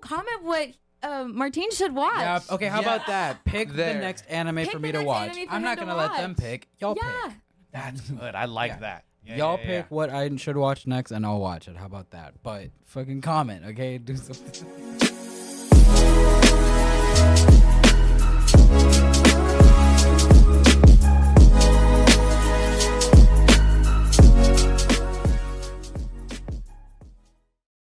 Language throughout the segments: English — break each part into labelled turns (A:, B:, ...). A: comment what uh, Martine should watch.
B: Yeah, okay, how
C: Yeah.
B: about that? Pick the
C: There.
B: next anime
A: Pick
B: for
A: the
B: me to
A: next
B: watch.
A: anime for
B: I'm
A: him
B: not
A: to
B: gonna let them
A: watch.
B: pick. Y'all
A: yeah.
B: pick.
C: That's good. I like
B: Yeah.
C: that. Yeah,
B: Y'all
C: yeah,
B: pick
C: yeah.
B: what I should watch next, and I'll watch it. How about that? But fucking comment, okay? Do something.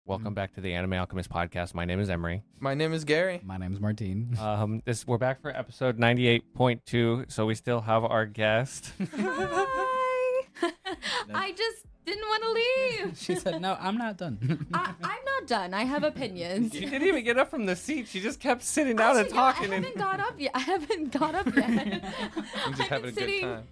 C: Welcome back to the Anime Alchemist podcast. My name is Emery.
D: My name is Gary.
B: My name's Martine.
C: Um, this we're back for episode ninety eight point two, so we still have our guest.
A: Hi. I just didn't want to leave.
B: she said, "No, I'm not done."
A: I, I'm not done. I have opinions.
C: she didn't even get up from the seat. She just kept sitting down and
A: Actually, no,
C: talking.
A: I
C: and
A: haven't got up yet. I haven't got up yet.
D: I'm just
A: I've
D: having a
A: been
D: good
A: sitting
D: time.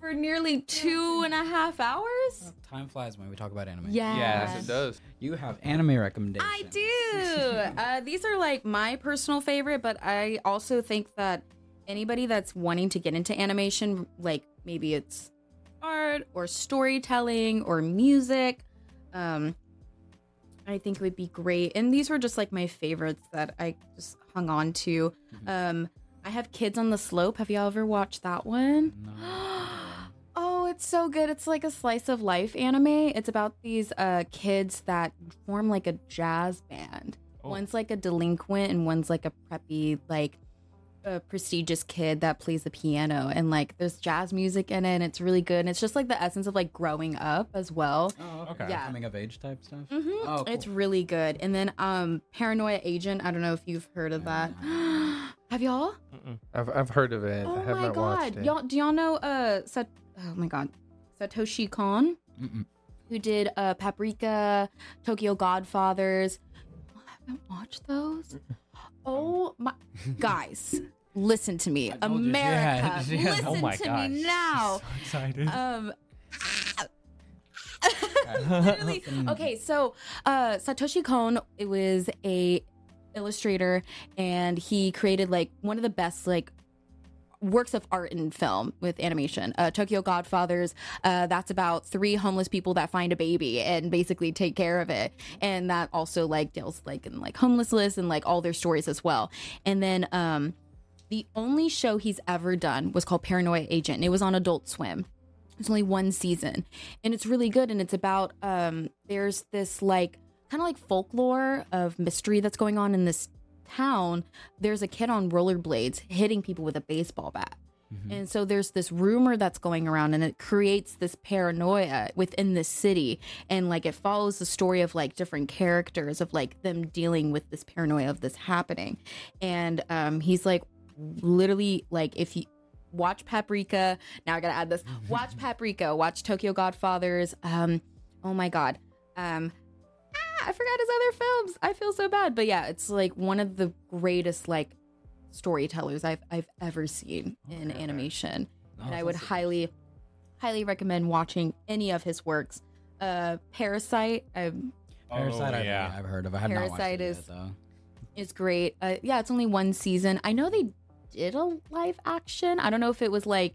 A: for nearly two and a half hours.
B: Time flies when we talk about anime.
A: Yes.
D: Yes, it does.
B: You have anime recommendations.
A: I do. uh, these are like my personal favorite, but I also think that anybody that's wanting to get into animation, like maybe it's art or storytelling or music, um, I think would be great. And these were just like my favorites that I just hung on to. Um, I have Kids on the Slope. Have y'all ever watched that one? Oh, it's so good. It's like a slice of life anime. It's about these uh, kids that form like a jazz band.
C: Oh.
A: One's like a delinquent and one's like a preppy, like a prestigious kid that plays the piano. And like there's jazz music in it and it's really good. And it's just like the essence of like growing up as well.
B: Oh,
C: okay.
A: Yeah.
B: Coming of age type stuff.
A: hmm
B: Oh,
A: It's
B: cool.
A: really good. And then um Paranoia Agent. I don't know if you've heard of that. Have y'all?
C: Mm-mm.
D: I've, I've heard of it.
A: oh
D: I have
A: my
D: not watched
A: god.
D: it.
A: Y'all do y'all know uh Sat- oh my god. Satoshi Kon?
B: Mm-mm.
A: who did uh, Paprika, Tokyo Godfathers. Oh, I haven't watched those.
B: Um,
A: Oh my guys, listen to me,
B: told you she
A: America,
B: had- she had-
A: listen
C: Oh my
A: to
C: gosh.
A: me now.
C: So excited.
A: Um. Literally.
B: Mm-hmm. Mm.
A: Okay, so uh, Satoshi Kon it was a illustrator, and he created like one of the best like works of art in film with animation. Uh, Tokyo Godfathers. Uh, that's about three homeless people that find a baby and basically take care of it, and that also like deals like in like homelessness and like all their stories as well. And then um, the only show he's ever done was called Paranoia Agent. and It was on Adult Swim. It's only one season, and it's really good. And it's about um, there's this like kind of like folklore of mystery that's going on in this town. There's a kid on rollerblades hitting people with a baseball bat.
B: Mm-hmm.
A: And so there's this rumor that's going around, and it creates this paranoia within the city. And like it follows the story of like different characters of like them dealing with this paranoia of this happening. And um, he's like literally like if you watch Paprika, now I gotta add this. Watch Paprika, watch Tokyo Godfathers. Um, oh my god. Um, ah, I forgot his other films. I feel so bad, but yeah, it's like one of the greatest like storytellers I've I've ever seen in
B: Okay.
A: animation, and
B: Oh,
A: I would
B: that's-
A: highly, highly recommend watching any of his works. Uh, Parasite um,
B: Parasite.
C: Oh,
B: I've,
C: yeah.
B: I've heard of. I have not watched
A: Parasite
B: it yet,
A: is-
B: though.
A: is great. Uh, yeah, it's only one season. I know they did a live action. I don't know if it was like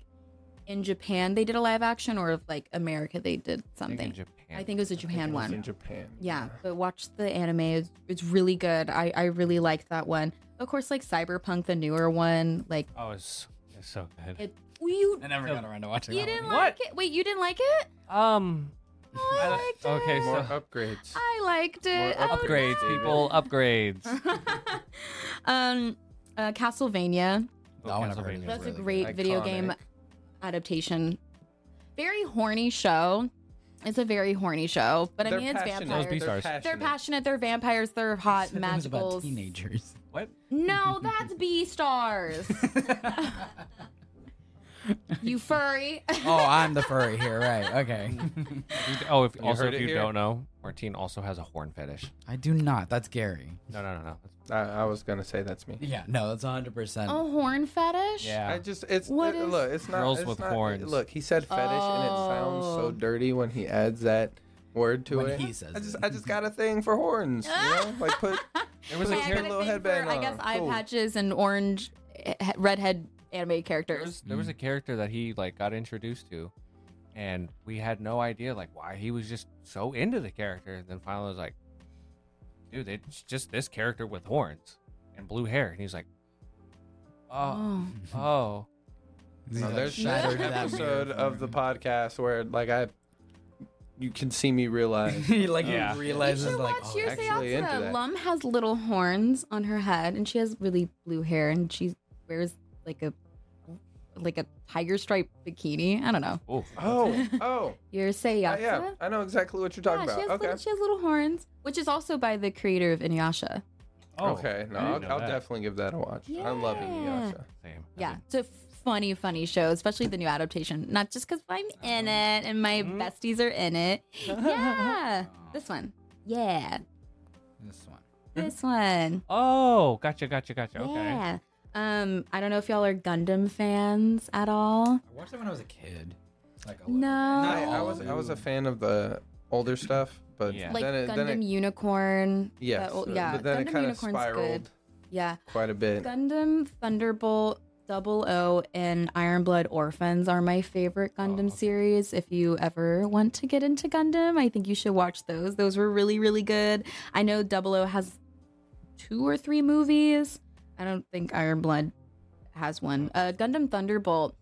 A: in Japan they did a live action or if like America they did something. I think it was a Japan
D: It's in
A: one.
D: Japan.
A: Yeah, but watch the anime. It's, it's really good. I, I really like that one. Of course, like Cyberpunk, the newer one. Like,
C: Oh, it's, it's so good.
A: it, you,
B: I never got around to watching
A: you
B: that
A: didn't
B: one.
A: like it? Wait, you didn't like it?
C: Um,
A: Oh, I liked it.
C: okay,
D: More
C: so
D: upgrades.
A: I liked it.
D: More
A: Oh,
C: upgrades,
D: David.
C: people, upgrades.
A: no. Um, uh, Castlevania.
B: That one I've heard
C: Castlevania.
B: is
A: That's
B: really
A: a
B: good.
A: great video
D: Iconic.
A: game adaptation. Very horny show. It's a very horny show, but I mean, it's
C: Those
A: vampires.
C: beast- Beastars.
A: They're passionate. They're vampires. They're hot,
B: Said that was about
A: magicals.
B: teenagers.
C: What?
A: No, that's B stars. you furry.
B: oh, I'm the furry here, right? Okay.
C: You d- Oh, if, also
D: heard
C: if
D: it
C: you
D: here.
C: don't know, Martine also has a horn fetish.
B: I do not. That's Gary.
C: No, no, no, no.
D: I, I was gonna say that's me.
B: Yeah, no, that's 100.
A: A
B: percent
A: horn fetish?
D: I
C: Yeah.
D: just it's
A: What
D: it-
A: is-
D: look. It's not
C: Girls
D: it's
C: with
D: not-
C: horns.
D: Look, he said fetish, and it sounds
A: Oh.
D: so dirty when he adds that word to
B: When
D: it.
B: he says
D: I just
B: it.
D: I just got a thing for horns. You know, like put
C: There was
A: Hey, I, got
C: a
D: Put your
A: a
C: character.
D: little
A: thing for,
D: headband
A: I guess
D: on.
A: eye
D: Cool.
A: patches and orange, eh, eh, redhead anime
C: There
A: characters.
C: was, there was a character that he like got introduced to, and we had no idea like why he was just so into the character. And then finally, was like, dude, it's just this character with horns and blue hair. And he's like, oh,
A: Oh.
C: oh.
B: He's
D: No,
B: like,
D: there's
A: shadow
D: another
B: "Shattered that mirror
D: episode of the
B: for
D: podcast where like I, you can see me
B: me."
D: realize.
B: he like
C: Yeah.
B: he
A: You
B: realizes
A: should
B: like
A: watch
B: oh,
A: Years
D: actually into
A: After.
D: that.
A: Lum has little horns on her head, and she has really blue hair, and she wears like a like a tiger stripe bikini. I don't know.
C: Ooh.
D: Oh, oh,
A: You're
D: yeah,
A: Sayaka.
D: yeah. I know exactly what you're
A: Yeah,
D: talking
A: she has,
D: about.
A: little,
D: Okay,
A: she has little horns, which is also by the creator of Inuyasha.
C: Oh,
D: okay. No,
C: I didn't
D: I'll,
C: know
D: I'll
C: that.
D: definitely give that a watch. I'm loving
A: Yeah.
D: Yasha.
C: Same. I
A: Yeah,
C: think-
A: it's a funny, funny show, especially the new adaptation. Not just because I'm
D: Oh.
A: in it and my
D: Mm-hmm.
C: Mhm.
A: besties are in it. Yeah,
B: Oh.
A: this one. Yeah,
B: this one.
A: this one.
C: Oh, gotcha, gotcha, gotcha. Okay.
A: Yeah. Um, I don't know if y'all are Gundam fans at all.
B: I watched it when I was a kid. Like a
A: No.
B: little
D: I,
A: Oh.
B: bit.
D: I was I was a fan of the older stuff, but
C: Yeah.
A: Like
D: then it,
A: Gundam
D: then it,
A: Unicorn.
D: yes,
A: the old- yeah,
D: but then
A: Gundam
D: it kind of
A: Unicorn's good.
D: spiraled
A: Yeah.
D: quite a bit.
A: Gundam Thunderbolt Double O and Iron Blood Orphans are my favorite Gundam series. If you ever want to get into Gundam, I think you should watch those. Those were really, really good. I know Double O has two or three movies. I don't think Iron Blood has one. Uh, Gundam Thunderbolt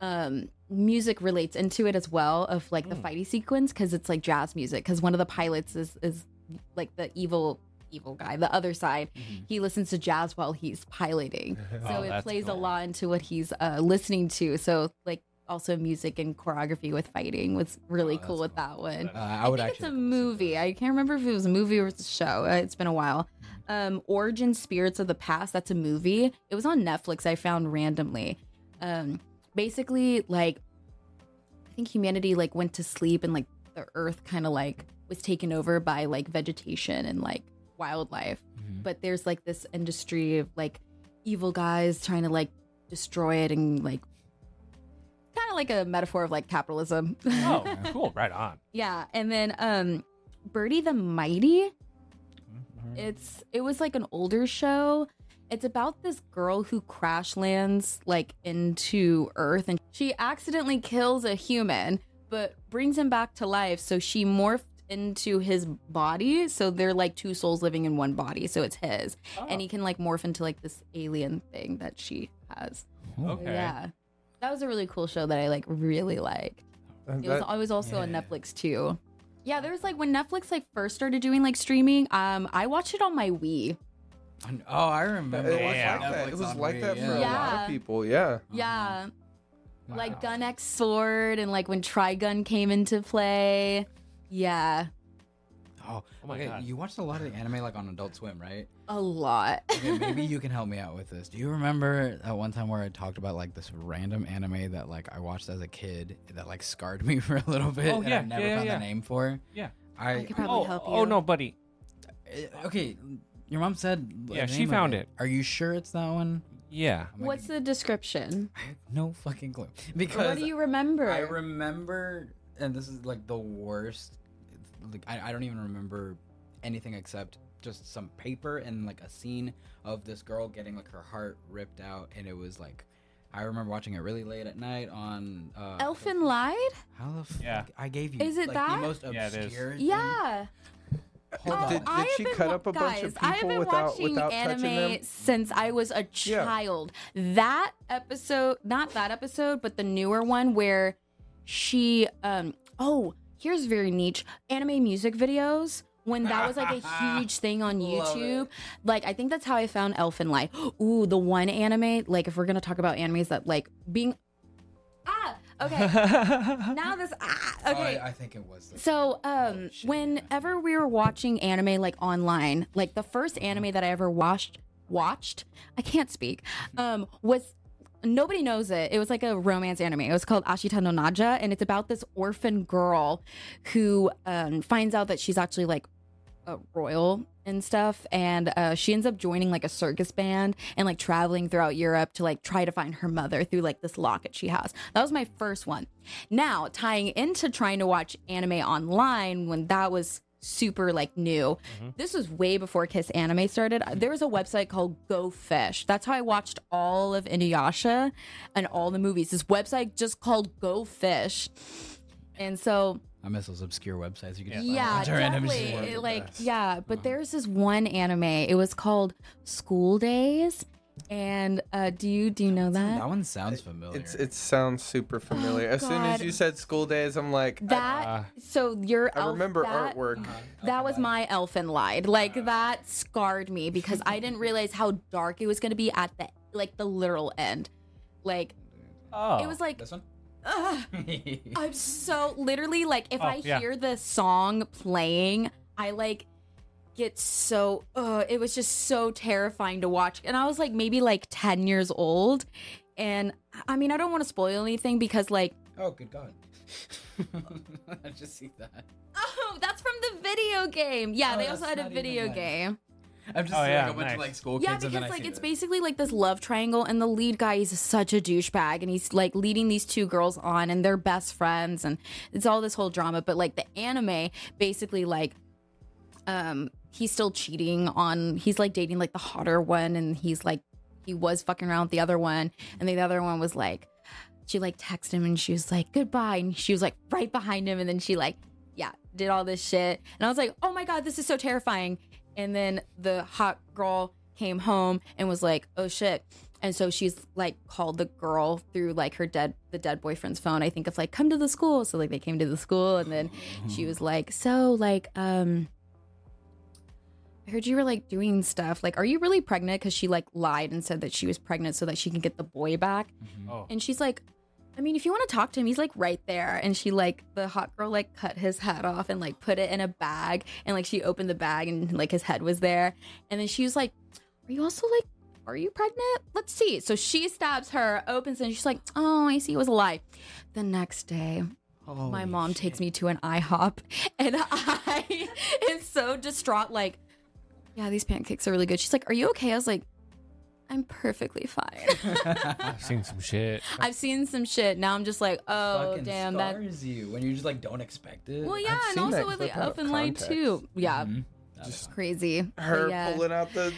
A: um music relates into it as well of like the fighty sequence because it's like jazz music because one of the pilots is is like the evil evil guy the other side he listens to jazz while he's piloting so
C: Oh,
A: it
C: that's
A: plays a
C: cool.
A: lot into what he's uh listening to so like also music and choreography with fighting was really
B: Oh,
A: cool
B: that's
A: with that one
B: Uh, I would
A: I think
B: actually.
A: it's a
B: go see
A: movie.
B: that.
A: I can't remember if it was a movie or it's a show. Uh, It's been a while. Um, Origin Spirits of the Past. That's a movie. It was on Netflix. I found randomly. Um, basically, like I think humanity like went to sleep and like the Earth kind of like was taken over by like vegetation and like wildlife.
B: Mhm.
A: But there's like this industry of like evil guys trying to like destroy it and like kind of like a metaphor of like capitalism.
C: Oh, cool. Right on.
A: Yeah, and then um Birdie the Mighty. It's it was like an older show. It's about this girl who crash lands like into Earth and she accidentally kills a human but brings him back to life so she morphed into his body so they're like two souls living in one body so it's his
B: Oh.
A: and he can like morph into like this alien thing that she has.
C: Oh, Okay.
A: Yeah. That was a really cool show that I like really liked.
D: That-
A: It was, it was also on
B: yeah.
A: Netflix too. Yeah, there was like when Netflix like first started doing like streaming. Um, I watched it on my Wii.
B: I- Oh, I
D: it
B: remember.
D: was
C: Yeah.
D: like that. It was like that for a
A: Yeah.
D: lot of people. Yeah.
A: Yeah, like
B: done.
A: Gun X Sword and like when Trigun came into play. Yeah,
B: Oh,
C: Oh my
B: okay,
C: God.
B: You watched a lot of anime like on Adult Swim, right?
A: a lot.
B: Okay, maybe you can help me out with this. Do you remember that one time where I talked about like this random anime that like I watched as a kid that like scarred me for a little bit?
C: Oh,
B: and
C: yeah,
B: I never
C: yeah, yeah,
B: found
C: yeah.
B: the name for.
C: Yeah.
B: I,
A: I could probably
C: Oh,
A: help you.
C: oh, no, buddy.
B: uh, okay. Your mom said. the
C: Yeah, she
B: name of
C: found it.
B: Are you sure it's that one?
C: Yeah.
B: I'm like,
A: What's the description?
B: no fucking clue? Because
A: What do you remember?
B: I remember, and this is like the worst. Like I, I don't even remember anything except just some paper and like a scene of this girl getting like her heart ripped out, and it was like, I remember watching it really late at night on. Uh,
A: Elfin lied.
B: How the fuck?
C: Yeah.
B: I gave you.
A: Is it
B: like,
A: that?
B: The most obscure.
C: Yeah, it is.
B: thing.
A: Yeah.
B: Hold
A: Oh,
B: on.
D: Did-
A: I have
D: she
A: been
D: cut
A: wa-
D: up a bunch of
A: guys, I have
D: people
A: been
D: without-
A: watching
D: without
A: anime
D: touching them?
A: since I was a
D: Yeah.
A: child. That episode, not that episode, but the newer one where she um oh, here's very niche anime music videos. When that was like a huge thing on
B: Love
A: YouTube, like I think that's how I found Elfin Light. Ooh, the one anime. Like if we're gonna talk about animes that like being ah okay now this ah
B: Oh,
A: okay
B: I, I think it was. This.
A: so, um,
B: Oh, shit.
A: whenever we were watching anime like online, like the first anime that I ever watched, watched, I can't speak, um, was nobody knows it. It was like a romance anime. It was called Ashita no Naja, and it's about this orphan girl who um, finds out that she's actually like uh, royal and stuff and uh, she ends up joining like a circus band and like traveling throughout europe to like try to find her mother through like this locket she has that was my first one now tying into trying to watch anime online when that was super like new this was way before kiss anime started Uh, there was a website called go fish that's how i watched all of inuyasha and all the movies this website just called go fish and so
B: I miss those obscure websites. You can just
A: yeah,
B: find a bunch of random
A: definitely.
B: shit.
D: One of
A: It,
D: the
A: like,
D: best.
A: yeah, Mm-hmm. but
B: Mhm.
A: there's this one anime. It was called School Days, and uh, do you do you know that?
B: That one sounds familiar.
D: It's it sounds super familiar. as soon as
A: Oh, God.
D: you said school days, I'm like, I,
A: That
C: Uh,
A: so your
D: I
A: elf-
D: remember
A: that,
D: artwork.
B: Uh-huh.
A: That was my elfin lied. Like that scarred me because I didn't realize how dark it was going to be at the like the literal end. Like
C: oh,
A: it was like
B: This one?
A: ugh, I'm so literally like if
C: Oh,
A: I
C: yeah.
A: hear the song playing, I like get so uh it was just so terrifying to watch. And I was like maybe like 10 years old and I mean I don't want to spoil anything because like
B: oh, good God. I just see that.
A: oh that's from the video game. Yeah,
B: Oh,
A: they also
B: that's
A: had a
B: not even
A: video
B: nice.
A: game.
B: I'm just
C: Oh,
B: seeing
C: yeah,
B: like a bunch
C: nice.
B: of like school
A: Yeah,
B: kids. and then
A: because
B: I
A: like
B: see
A: it's
B: this.
A: basically like this love triangle, and the lead guy is such a douchebag, and he's like leading these two girls on, and they're best friends, and it's all this whole drama. But like the anime, basically like, um, he's still cheating on. He's like dating like the hotter one, and he's like he was fucking around with the other one, and the other one was like, she like texted him, and she was like goodbye, and she was like right behind him, and then she like yeah, did all this shit. And I was like, oh my God, this is so terrifying. And then the hot girl came home and was like, oh shit. And so she's like called the girl through like her dead, the dead boyfriend's phone. I think of like, come to the school. So like they came to the school and then
B: Hmm.
A: she was like, so like, um, I heard you were like doing stuff. Like, are you really pregnant? Because she like lied and said that she was pregnant so that she can get the boy back.
B: Mhm.
C: oh,
A: And she's like, I mean, if you want to talk to him, he's like right there. And she like the hot girl like cut his head off and like put it in a bag. And like she opened the bag and like his head was there. And then she was like, Are you also like, are you pregnant? Let's see. So she stabs her, opens, and she's like, Oh, I see it was a lie. The next day, my
B: Holy
A: mom
B: shit.
A: takes me to an IHOP, and I is so distraught. Like, yeah, these pancakes are really good. She's like, "Are you okay?" I was like, "I'm perfectly fine."
C: I've seen some shit.
A: I've seen some shit. Now I'm just like, oh
B: Fucking
A: damn, that.
B: scars you when you just like don't expect it.
A: Well, yeah, and
D: seen
A: also
D: that
A: with the
D: clip out of
A: open light
D: context.
A: too. Yeah,
B: Mhm. That
D: Just-
B: was-
A: crazy. But
D: Her
A: yeah.
D: pulling out the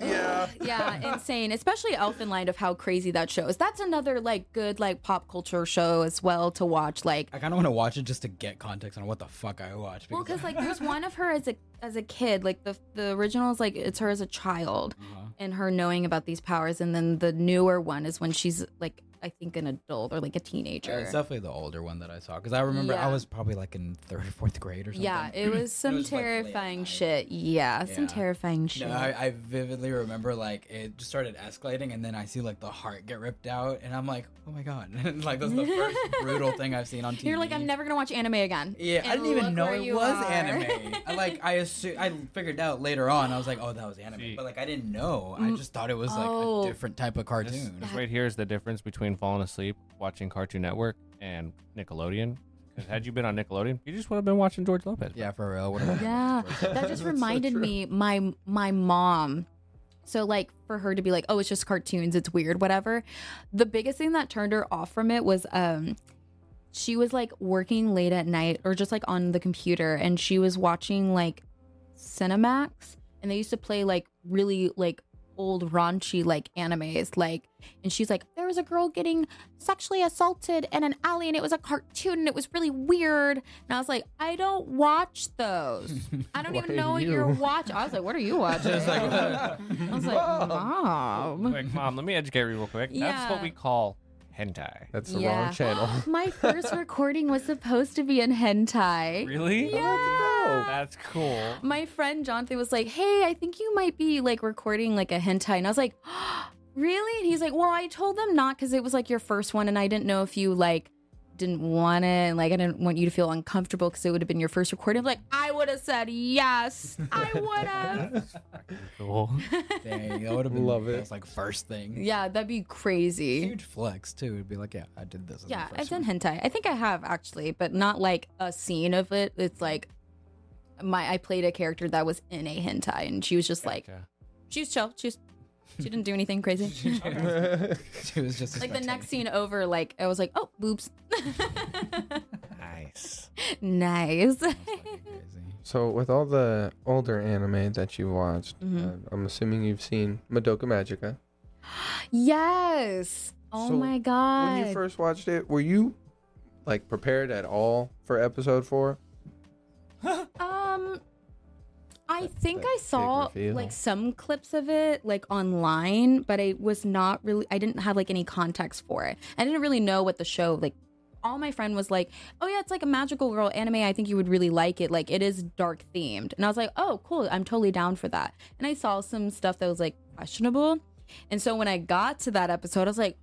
D: yeah.
A: yeah, insane. Especially Elfin Light of how crazy that show is. That's another like good like pop culture show as well to watch. Like,
B: I kind of want to watch it just to get context on what the fuck I watched.
A: well, because like there's one of her as a as a kid. Like the the original is like it's her as a child
B: Uh-huh.
A: and her knowing about these powers, and then the newer one is when she's like I think an adult or like a
B: Uh,
A: teenager.
B: It's definitely the older one that I saw because I remember
A: Yeah.
B: I was probably like in third or fourth grade or something.
A: yeah, it was some
B: was, like, late at
A: terrifying
B: night.
A: shit. Yeah, some
B: Yeah.
A: terrifying shit.
B: No, I, I vividly remember like it just started escalating, and then I see like the heart get ripped out, and I'm like, oh my god, And, like that's the first brutal thing I've seen on TV.
A: You're like, I'm never gonna watch anime again.
B: Yeah, I
A: And
B: didn't even
A: look
B: know
A: where
B: it
A: you
B: was
A: are.
B: anime. I, like I assu- I figured out later on. I was like, oh, that was anime,
C: See.
B: but like I didn't know. I just thought it was like
A: Mm, Oh.
B: a different type of
C: This,
B: cartoon.
C: this right here is the difference between falling asleep, watching Cartoon Network, and Nickelodeon. 'Cause had you been on Nickelodeon, you just would have been watching George Lopez.
B: Yeah, for real. What about-
A: Yeah, that
D: That's
A: just
D: so
A: reminded
D: true.
A: me my my mom. So like for her to be like, oh, it's just cartoons, it's weird, whatever. The biggest thing that turned her off from it was um, she was like working late at night or just like on the computer, and she was watching like Cinemax, and they used to play like really like old raunchy like animes like and she's like there was a girl getting sexually assaulted in an alley and it was a cartoon and it was really weird and i was like i don't watch those i don't
D: Why
A: even know what
D: you? uh,
A: you're watching i was like what are you watching
B: Just like,
A: i was like mom
C: Quick, mom, let me educate you real quick. That's what
A: Yeah.
C: we call hentai.
D: That's the
A: Yeah.
D: wrong channel.
A: my first recording was supposed to be in hentai
C: Really?
A: yeah
C: That's cool.
A: my friend Jonathan was like, "Hey, I think you might be like recording like a hentai," and I was like, "Really?" And he's like, "Well, I told them not because it was like your first one, and I didn't know if you like didn't want it, and like I didn't want you to feel uncomfortable because it would have been your first recording." I'm like, I would have said yes, I would have.
C: Cool.
B: Dang, that would have been
D: Love
B: like,
D: it.
B: That's like first thing.
A: yeah, that'd be crazy.
B: Huge flex too. It'd be like, yeah, I did this. as the
A: Yeah,
B: first
A: I've done
B: one.
A: hentai. I think I have actually, but not like a scene of it. It's like my I played a character that was in a hentai, and she was just like.
C: Gotcha.
A: she was chill. She was, she didn't do anything crazy.
B: She was just a
A: like the
B: spectator.
A: next scene over, like I was like, oh, boobs.
C: Nice.
A: nice.
B: That's fucking crazy.
D: So, with all the older anime that you watched,
A: Mhm.
D: uh, I'm assuming you've seen Madoka Magica.
A: Yes. Oh
D: So,
A: my
D: When you
A: Oh god.
D: first watched it, were you like prepared at all for episode four?
A: Um, I
D: That's
A: think
D: that
A: I
D: big
A: saw
D: reveal.
A: like some clips of it like online, but I was not really. I didn't have like any context for it. I didn't really know what the show like. All my friend was like, "Oh yeah, it's like a magical girl anime. I think you would really like it. Like it is dark themed." And I was like, "Oh, cool. I'm totally down for that." And I saw some stuff that was like questionable. And so when I got to that episode, I was like,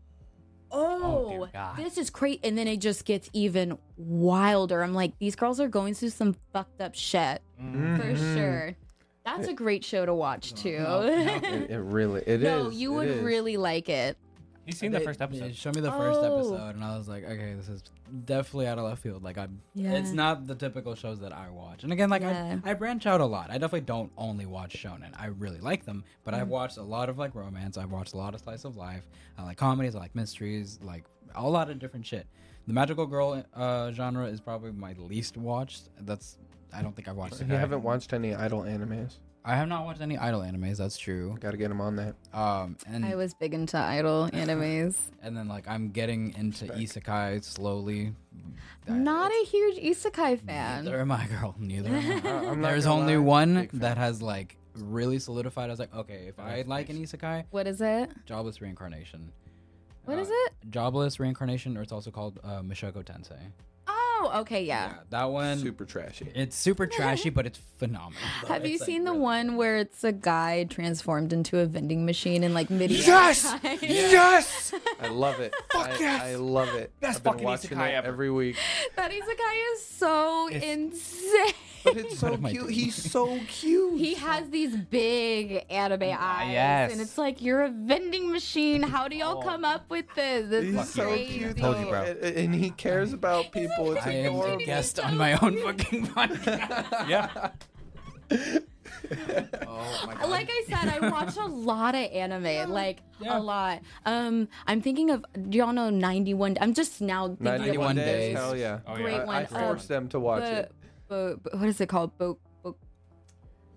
C: dear
A: "Oh,
C: God.
A: this is great." And then it just gets even wilder. I'm like, "These girls are going through some fucked up shit."
D: Mm-hmm.
A: for
C: Mm-hmm.
A: sure. That's a great show to watch too.
B: No, no,
D: It, it really it is.
A: No, you
D: it
A: would
D: is.
A: really like it.
C: You seen the
B: They-
C: first
B: they
C: episode?
B: showed me the first
A: Oh.
B: episode, and I was like, okay, this is definitely out of left field. Like I'm, it's
A: Yeah.
B: not the typical shows that I watch. And again, like
A: Yeah.
B: I, I branch out a lot. I definitely don't only watch shonen. I really like them, but
A: Mm.
B: I've watched a lot of like romance. I've watched a lot of slice of life. I like comedies. I like mysteries. Like a lot of different shit. The magical girl uh, genre is probably my least watched. That's I don't think I've watched.
D: You haven't watched any idol animes.
B: I have not watched any idol animes. That's true.
D: Got to get him on that.
B: Um, and
A: I was big into idol animes.
B: and then like I'm getting into isekai slowly. That-
A: Not a huge isekai
B: Neither
A: fan.
B: am I, girl. Neither am I.
D: I- I'm not
B: There's
D: gonna
B: only
D: lie,
B: one
D: big fan.
B: that has like really solidified. I was like, okay, if I
C: That's
B: like an isekai,
A: What is it?
B: jobless reincarnation.
A: What
B: Uh,
A: is it?
B: Jobless reincarnation, or it's also called uh, Mishoko Tensei.
A: Oh, okay, yeah.
B: that one.
D: super trashy.
B: It's super trashy, but it's phenomenal.
A: Have you
B: It's, like,
A: seen the
B: really-
A: one where it's a guy transformed into a vending machine in like mid
D: Yes! Yes! I love it. Fuck I,
C: yes!
D: I love it.
C: Best
D: I've been
C: fucking
D: watching
C: isekai
D: it
C: ever.
D: every week.
A: That isekai is so
C: It's-
A: insane.
D: But
B: What
D: it's so
B: am I
D: cute.
B: doing?
D: He's so cute.
A: He has these big anime eyes,
C: yes.
A: and it's like you're a vending machine. How do y'all
C: Oh.
A: come up with this? This
D: He's
A: is
D: so
A: crazy.
D: cute.
C: Told you, bro.
D: And, and he cares about people. It's
B: I am
D: adorable.
B: the guest on my own fucking podcast.
C: Yeah.
B: oh my god.
A: Like I said, I watch a lot of anime, like
B: Yeah.
A: a lot. Um, I'm thinking of do y'all know 91? I'm just now thinking of
B: 91
D: 91 days.
B: days.
D: Hell yeah.
C: Oh,
A: Great
D: I,
C: yeah.
A: one.
D: I
A: Uh,
D: forced them to watch
A: Bo-
D: it.
A: Bo- Bo- what is it called? Bo- Bo-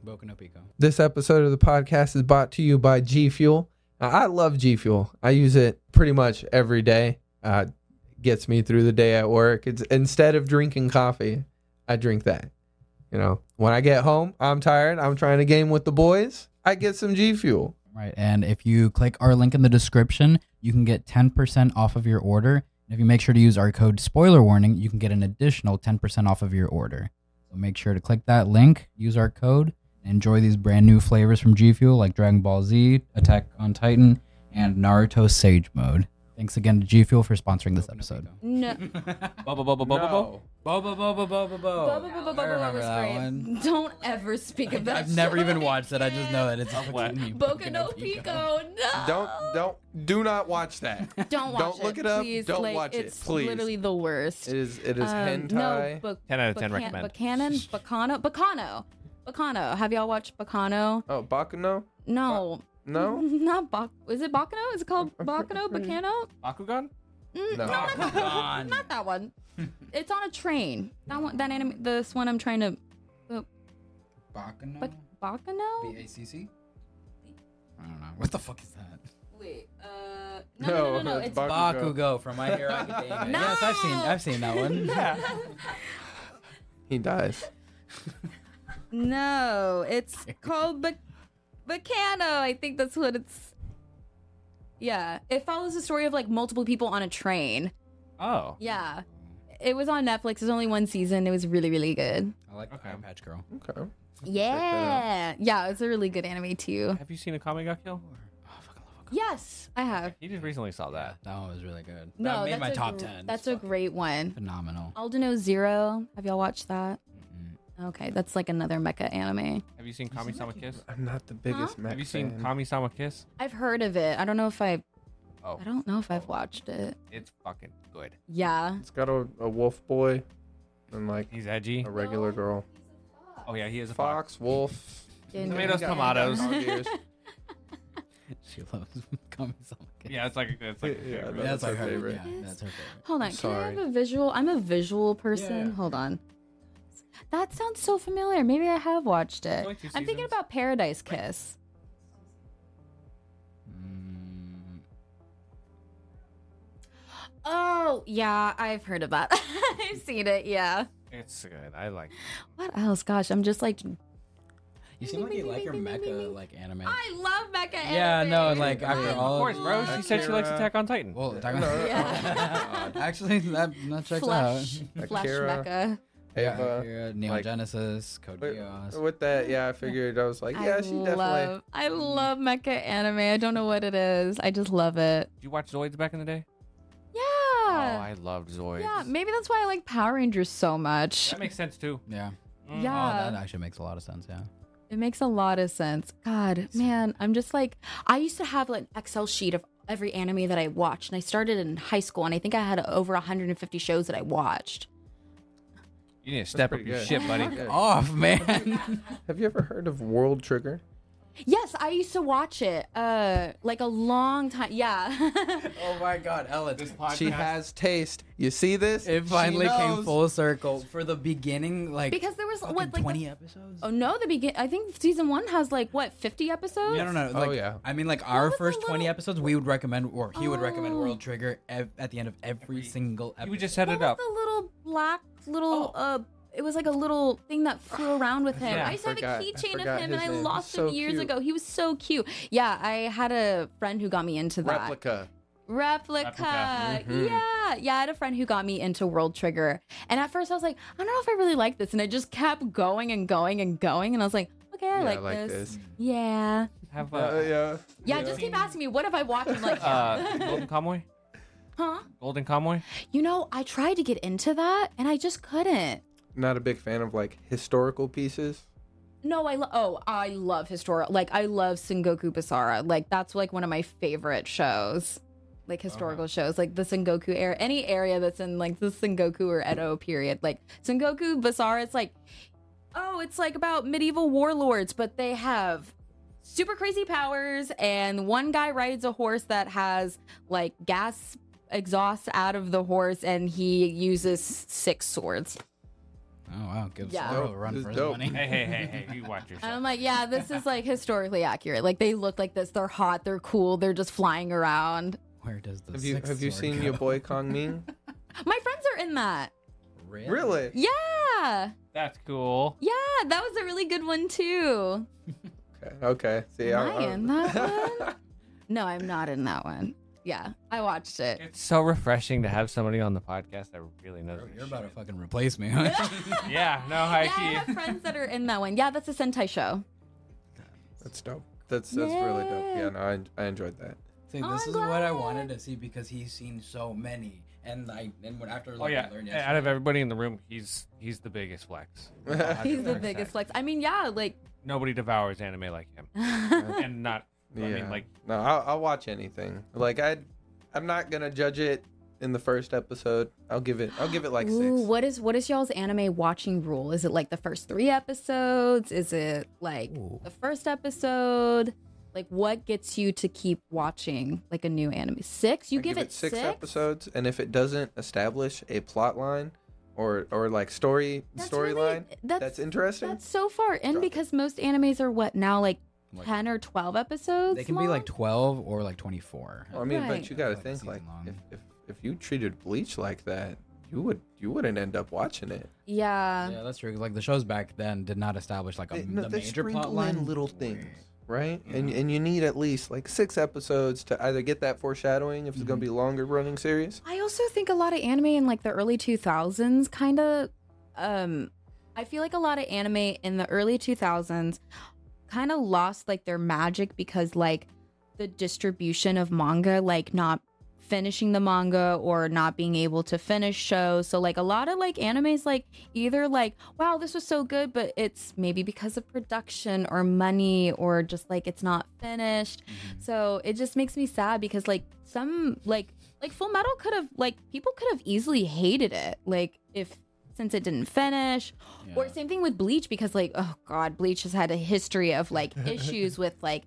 B: Boku no Pico.
D: This episode of the podcast is brought to you by G Fuel. Now, I love G Fuel. I use it pretty much every day. Uh, gets me through the day at work. It's instead of drinking coffee, I drink that. You know, when I get home, I'm tired. I'm trying to game with the boys. I get some G Fuel.
B: Right. And if you click our link in the description, you can get 10% off of your order. And if you make sure to use our code spoiler warning, you can get an additional 10% off of your order. So make sure to click that link, use our code, and enjoy these brand new flavors from G Fuel like Dragon Ball Z, Attack on Titan, and Naruto Sage Mode. Thanks again to G Fuel for sponsoring this episode.
A: no.
C: Bubble, bubble, bubble, bubble.
B: Boba Boba Boba
A: Bo- Bo- Bo- Bo- Bo- Bo- was great. Don't ever speak of that.
B: I've never
A: show
B: even watched it. I just know that it's
C: What?
A: Boku no Pico. No.
D: Don't don't do not watch that. it
A: Don't watch
D: don't
A: it.
D: look it up.
A: Please.
D: Don't
A: like,
D: watch it,
A: It's
D: please.
A: literally the worst.
D: is it is
A: Um,
D: hentai.
A: No, but
C: 10 out of 10 recommend.
A: Buchanan, Bacano, Bacano, Bacano. Have y'all watched Bacano?
D: oh, Bakuno?
A: No,
D: No?
A: not Bac. Is it Bacano? Is it called
D: I'm pretty-
A: Bacano?
D: pretty-
A: Bacano?
C: Bakugan?
A: Mm, no,
D: No.
A: not that one.
B: on.
A: Not that one. It's on a train. That one. That anime. This one. I'm trying to.
B: Bacano?
A: Bac- Bacano.
B: B A C C? I don't know. What the fuck is that?
A: Wait. Uh. No. No. No. no,
D: No,
A: It's.
D: Bac- Bakugo.
B: Bakugo, from My Hero Academia.
A: No!
B: Yes, I've seen I've seen that one.
D: He dies.
A: no. It's called Bac- Bacano. I think that's what it's. Yeah. It follows the story of like multiple people on a train.
C: Oh.
A: Yeah. It was on Netflix. There's only one season. It was really, really good.
B: I like
C: Okay.
B: Eye Patch Girl.
D: Okay.
A: Yeah. Yeah, it's a really good anime too.
C: Have you seen a comic got killed?
B: Oh, I fucking love
A: Yes, I have.
C: He just recently saw that.
B: that. That one was really good.
A: No,
B: that made
A: that's
B: my
A: a
B: top
A: gr-
B: ten.
A: That's
B: It's
A: a great one.
B: phenomenal. Mm-hmm.
A: Aldino Zero. Have y'all watched that?
B: Mm-mm.
A: Okay, that's like another mecha anime.
C: Have you seen Kami Sama Kiss?
D: I'm not the biggest mech
C: Have you seen
D: fan.
C: Kami Sama Kiss?
A: I've heard of it. I don't know if I
C: Oh,
A: I don't know if I've watched it.
C: it's fucking good.
A: Yeah.
D: It's got a, a wolf boy and like
C: He's edgy.
D: a regular girl.
C: Oh yeah, he is a fox.
D: Fox, wolf.
A: Didn't-
C: Tomatoes, tomatoes.
D: Dog ears.
B: She loves Kami Sama.
C: Yeah, it's like it's like.
D: Yeah,
C: favorite.
D: that's
B: that's,
D: her
B: her favorite.
D: favorite.
B: Yeah, that's her favorite.
A: Hold on.
D: I'm
A: Can I have
D: sorry.
A: a visual? I'm a visual person.
D: Yeah.
A: Hold on. That sounds so familiar. Maybe I have watched it.
C: like two
A: I'm thinking
C: seasons.
A: about Paradise Kiss.
B: Mm,
A: Oh yeah, I've heard about. I've seen it. Yeah.
C: It's good. I like.
A: What else? Gosh, I'm just like
B: You seem like you like your mecha like anime.
A: I love mecha.
B: Yeah,
A: anime.
B: no, like, after
A: I
B: all
C: Of course, bro.
D: Uh,
A: love
C: She said she likes
A: it.
C: Attack on Titan.
B: Well, Attack on
A: Yeah.
B: Actually, that that checks
A: Flesh,
B: out.
D: Like
A: flesh
D: Akira.
A: mecha.
D: Ava.
B: Akira, Neon
D: like-
B: Genesis, Code
D: Uh, But-
B: Geass.
D: With that, yeah, I figured I was like, yeah,
A: I
D: she definitely.
A: love, I love mecha anime. I don't know what it is. I just love it.
C: Did you watch Zoids back in the day?
A: Yeah.
C: oh, I loved Zoids.
A: yeah. Maybe that's why I like Power Rangers so much.
C: that makes sense too.
B: Yeah.
C: Mm.
A: Yeah.
B: Oh, that actually makes a lot of sense. Yeah.
A: It makes a lot of sense. God, man, I'm just like I used to have like an Excel sheet of every anime that I watched, and I started in high school, and I think I had over 150 shows that I watched.
C: You need to step up
D: pretty
C: your
D: good.
C: shit, buddy.
D: Yeah.
B: Off, man.
D: Have you ever heard of World Trigger?
A: Yes, I used to watch it, uh, like a long time. Yeah,
B: oh my God, Ella, this
D: She has taste. You see this?
B: It
D: She
B: finally came
D: knows.
B: full circle for the beginning, like
A: because there was
B: fucking
A: what like
B: twenty
A: the-
B: episodes.
A: oh no, the begin. I think season one has like what 50 episodes.
B: No, no, no.
D: Oh,
B: Like,
D: yeah.
B: I mean, like our
A: was the
B: first twenty
A: little-
B: episodes, we would recommend, or he would recommend
A: Oh.
B: World Trigger ev- at the end of every single episode.
C: You would just set
A: What
C: it
A: was
C: up.
A: the little black little uh? It was like a little thing that flew around with him.
C: Yeah.
A: I used to have
D: Forgot-
A: a
D: I
A: keychain of
D: forgot
A: him, and
D: his
A: I
D: name.
A: lost
D: So
A: him years
D: cute.
A: ago. He was so cute. Yeah, I had a friend who got me into that.
D: Replica.
A: Replica.
C: Replica.
A: Yeah. Yeah, I had a friend who got me into World Trigger. And at first I was like, I don't know if I really like this. And I just kept going and going and going. And I was like, okay, I
D: Yeah,
A: like, this. Yeah.
C: Have
D: Uh,
C: uh,
D: yeah.
A: Yeah, just keep asking me, what have I watched? I'm like,
C: uh, Golden Kamuy.
A: huh?
C: Golden Kamuy.
A: You know, I tried to get into that and I just couldn't.
D: Not a big fan of like historical pieces.
A: No, I lo- oh, I love historical. Like I love Sengoku Basara. Like that's like one of my favorite shows. Like historical shows, like the Sengoku era, any area that's in like the Sengoku or Edo period. Like Sengoku Basara, it's like, oh, it's like about medieval warlords, but they have super crazy powers, and one guy rides a horse that has like gas exhaust out of the horse, and he uses six swords.
B: Oh wow, gives
A: Yeah.
B: Laurel
D: Dope.
B: a run
D: This
B: for
D: is
B: his
D: dope.
B: money.
C: Hey, hey, hey, hey! You watch yourself.
A: And I'm like, yeah, this is like historically accurate. Like they look like this. They're hot. They're cool. They're just flying around.
B: Where does the
D: Have you
B: sixth
D: have you
B: sword
D: seen
B: go?
D: your boy Kong Ming?
A: My friends are in that.
B: Really?
D: really?
A: Yeah,
C: That's cool.
A: yeah, that was a really good one too.
D: Okay. Okay. See,
A: Am
D: I-
A: I
D: I-
A: in that one? No, I'm not in that one. Yeah, I watched it.
C: It's so refreshing to have somebody on the podcast that really knows.
B: Bro,
C: their
B: you're
C: shit.
B: about to fucking replace me. huh?
C: Yeah, no,
A: Yeah, I
C: high
A: have friends that are in that one. Yeah, that's a Sentai show.
D: That's dope. That's that's really dope. Yeah. No, I, I enjoyed that.
B: See,
A: Oh,
B: this
A: I'm
B: is what I
A: glad.
B: wanted to see because he's seen so many, and I and when after
C: Oh
B: like,
C: yeah,
B: I learned
C: out of everybody in the room, he's he's the biggest flex.
A: He's the
C: 100%.
A: biggest flex. I mean, yeah, like
C: Nobody devours anime like him, and not. I mean, like
D: no, I'll, I'll watch anything. Like I, I'm not gonna judge it in the first episode. I'll give it. I'll give it like
A: Ooh,
D: six.
A: what is what is y'all's anime watching rule? Is it like the first three episodes? Is it like the first episode? Like what gets you to keep watching like a new anime? Six? You
D: I
A: give, it
D: six, episodes, and if it doesn't establish a plot line or or like story
A: That's
D: storyline,
A: really- that's-
D: that's interesting.
A: That's so far in
D: Drop it.
A: because most animes are what now like,
B: Like-
A: ten or twelve episodes.
B: they can be
A: long?
B: like twelve or like twenty four.
D: Well, I mean,
A: Right.
D: but you gotta
B: Like a
D: think
B: season
D: like
B: long.
D: if, if if you treated Bleach like that, you would you wouldn't end up watching it.
A: yeah.
B: Yeah, that's true. 'cause, Like the shows back then did not establish like a
D: They,
B: m-
D: no,
B: the
D: they
B: major plot
D: sprinkle
B: line.
D: in little things, right? And and you need at least like six episodes to either get that foreshadowing if it's
B: Mm-hmm.
D: gonna be longer running series.
A: I also think a lot of anime in like the early 2000s kind of um I feel like a lot of anime in the early 2000s kind of lost like their magic because like the distribution of manga like not finishing the manga or not being able to finish shows. So like a lot of like animes like either like wow, this was so good but it's maybe because of production or money or just like it's not finished.
B: Mm-hmm.
A: So it just makes me sad because like some like like Full Metal could have like people could have easily hated it like if since it didn't finish or
B: Yeah.
A: same thing with Bleach because like oh god Bleach has had a history of like issues with like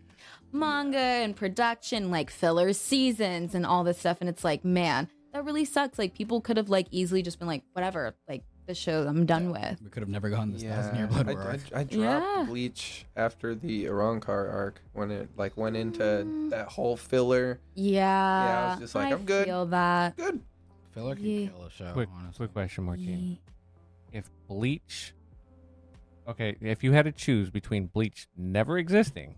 A: manga and production like filler seasons and all this stuff and it's like man that really sucks like people could have like easily just been like whatever like the show I'm done with
B: We could have never gotten this thousand year blood
D: I,
B: war.
D: I,
B: arc.
D: I dropped
A: Yeah.
D: Bleach after the Irankar arc when it like went
A: Mm.
D: into that whole filler.
A: yeah
D: was just like, I'm good.
A: feel that
D: Good,
B: Filler can
A: Yeah.
B: kill a show.
C: Quick,
B: honestly.
C: quick question, Martine. If Bleach, okay, if you had to choose between Bleach never existing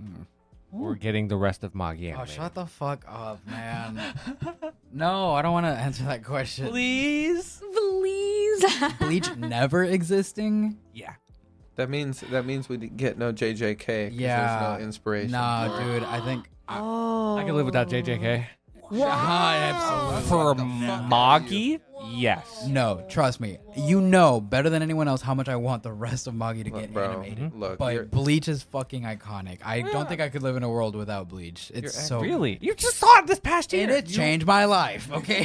B: Mm.
C: or getting the rest of
B: Oh,
C: Magi, animated.
B: shut the fuck up, man. no, I don't want to answer that question.
C: please.
A: Please.
B: Bleach never existing?
C: Yeah,
D: That means that means we d- get no JJK. 'cause
B: Yeah.
D: there's no inspiration.
B: Nah, dude. I think. I,
A: oh.
C: I could live without JJK.
B: I absolutely-
C: For
D: What the fuck are you?
C: Magi,
D: Oh.
C: yes.
B: No, trust me. You know better than anyone else how much I want the rest of Magi to
D: Look,
B: get
D: bro,
B: animated.
D: look, you're-
B: But Bleach is fucking iconic. I don't think I could live in a world without Bleach.
D: You're
B: It's
D: act-
B: so
C: Really? You just saw it this past year.
B: And it
C: You-
B: changed my life. Okay.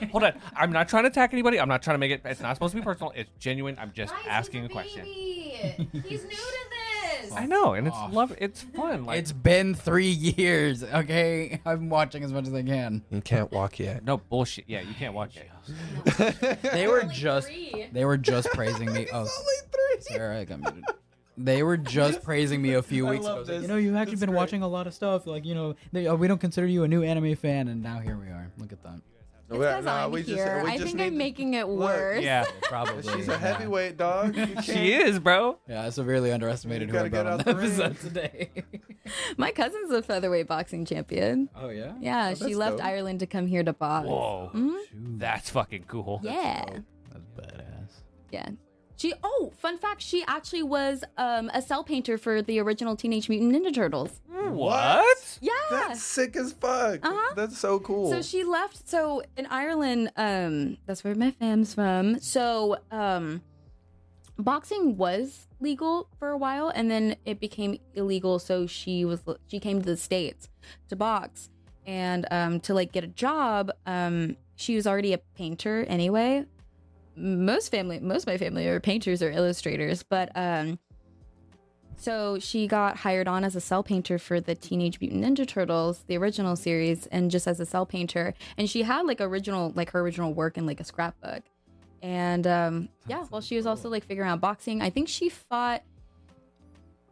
C: Hold on. I'm not trying to attack anybody. I'm not trying to make it. It's not supposed to be personal. It's genuine. I'm just asking a, question.
A: He's new to this.
C: I know, and it's
B: Off.
C: love. It's fun. Like
B: it's been three years. Okay, I'm watching as much as I can.
D: you can't walk yet.
C: no bullshit. Yeah, you can't watch it.
B: They were just they were just praising me. Oh,
D: three.
B: Sarah, I got muted. They were just praising me a few
D: I
B: weeks
D: love
B: ago. It's like,
D: this.
B: you know, you've actually
D: That's
B: been
D: great.
B: watching a lot of stuff. Like, you know, they, uh, we don't consider you a new anime fan, and now here we are. Look at that.
A: It's because I'm here. I think I'm making it worse.
C: Yeah,
B: Probably.
D: She's
B: yeah.
D: a heavyweight dog. You
C: she is, bro.
B: Yeah, I severely underestimated
D: You
B: who I
D: gotta get
B: brought on
D: out
B: the
D: the ring.
B: episode today.
A: My cousin's a featherweight boxing champion.
B: oh yeah.
A: Yeah,
D: Oh,
A: she
D: that's
A: left
D: dope.
A: Ireland to come here to box.
C: Whoa,
A: Mhm.
C: that's fucking cool.
A: Yeah.
B: That's badass.
A: Yeah. She oh, fun fact, she actually was um, a cell painter for the original Teenage Mutant Ninja Turtles.
C: What?
A: Yeah.
D: That's sick as fuck.
A: Uh-huh.
D: That's so cool.
A: So she left. So in Ireland, um, that's where my fam's from. So um, boxing was legal for a while, and then it became illegal. So she was she came to the states to box and um, to like get a job. Um, she was already a painter anyway. Most family, most of my family are painters or illustrators, but um, so she got hired on as a cell painter for the Teenage Mutant Ninja Turtles, the original series, and just as a cell painter. And she had like original, like her original work in like a scrapbook. And um, yeah,
B: That's
A: while she was
B: cool.
A: also like figuring out boxing, I think she fought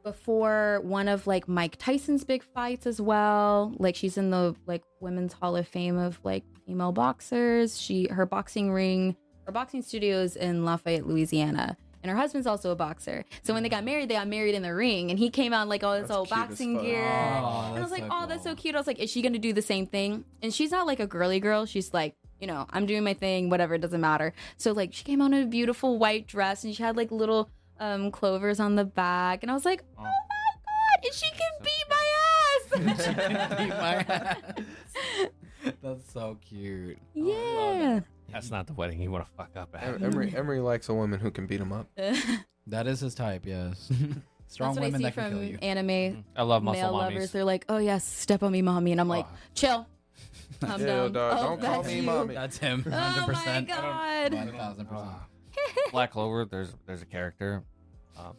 A: before one of like Mike Tyson's big fights as well. Like she's in the like Women's Hall of Fame of like female boxers. She her boxing ring, her boxing studios in Lafayette, Louisiana and her husband's also a boxer. So when they got married, they got married in the ring, and he came out in, like all this
D: That's
A: old
D: cute as
A: boxing
D: fuck.
A: gear.
B: Aw,
A: and I was
B: that's
A: like,
B: so
A: oh, that's so
B: cool."
A: cute. I was like, is she gonna do the same thing? And she's not like a girly girl. She's like, you know, I'm doing my thing, whatever, it doesn't matter. So like, she came out in a beautiful white dress, and she had like little um clovers on the back, and I was like, oh my god, and she can beat my ass.
B: Beat my ass. That's so cute.
A: yeah.
C: That's not the wedding you want to fuck up at.
D: Em- Emery, Emery likes a woman who can beat him up.
A: that's
B: That is his type. Yes. Strong
A: what I
B: women
A: see
B: that can
A: from
B: kill you.
A: anime.
C: I love muscle
A: Male
C: mommies.
A: lovers, they're like, "Oh yes, step on me, mommy," and I'm like,
B: Aw.
A: "Chill, calm
D: Yeah,
A: down."
D: dog,
A: oh,
D: don't call
A: that's
D: me
A: you.
D: mommy.
B: That's him.
A: Oh
B: 100%.
A: my god.
B: One thousand percent.
C: Black Clover, there's there's a character. Um,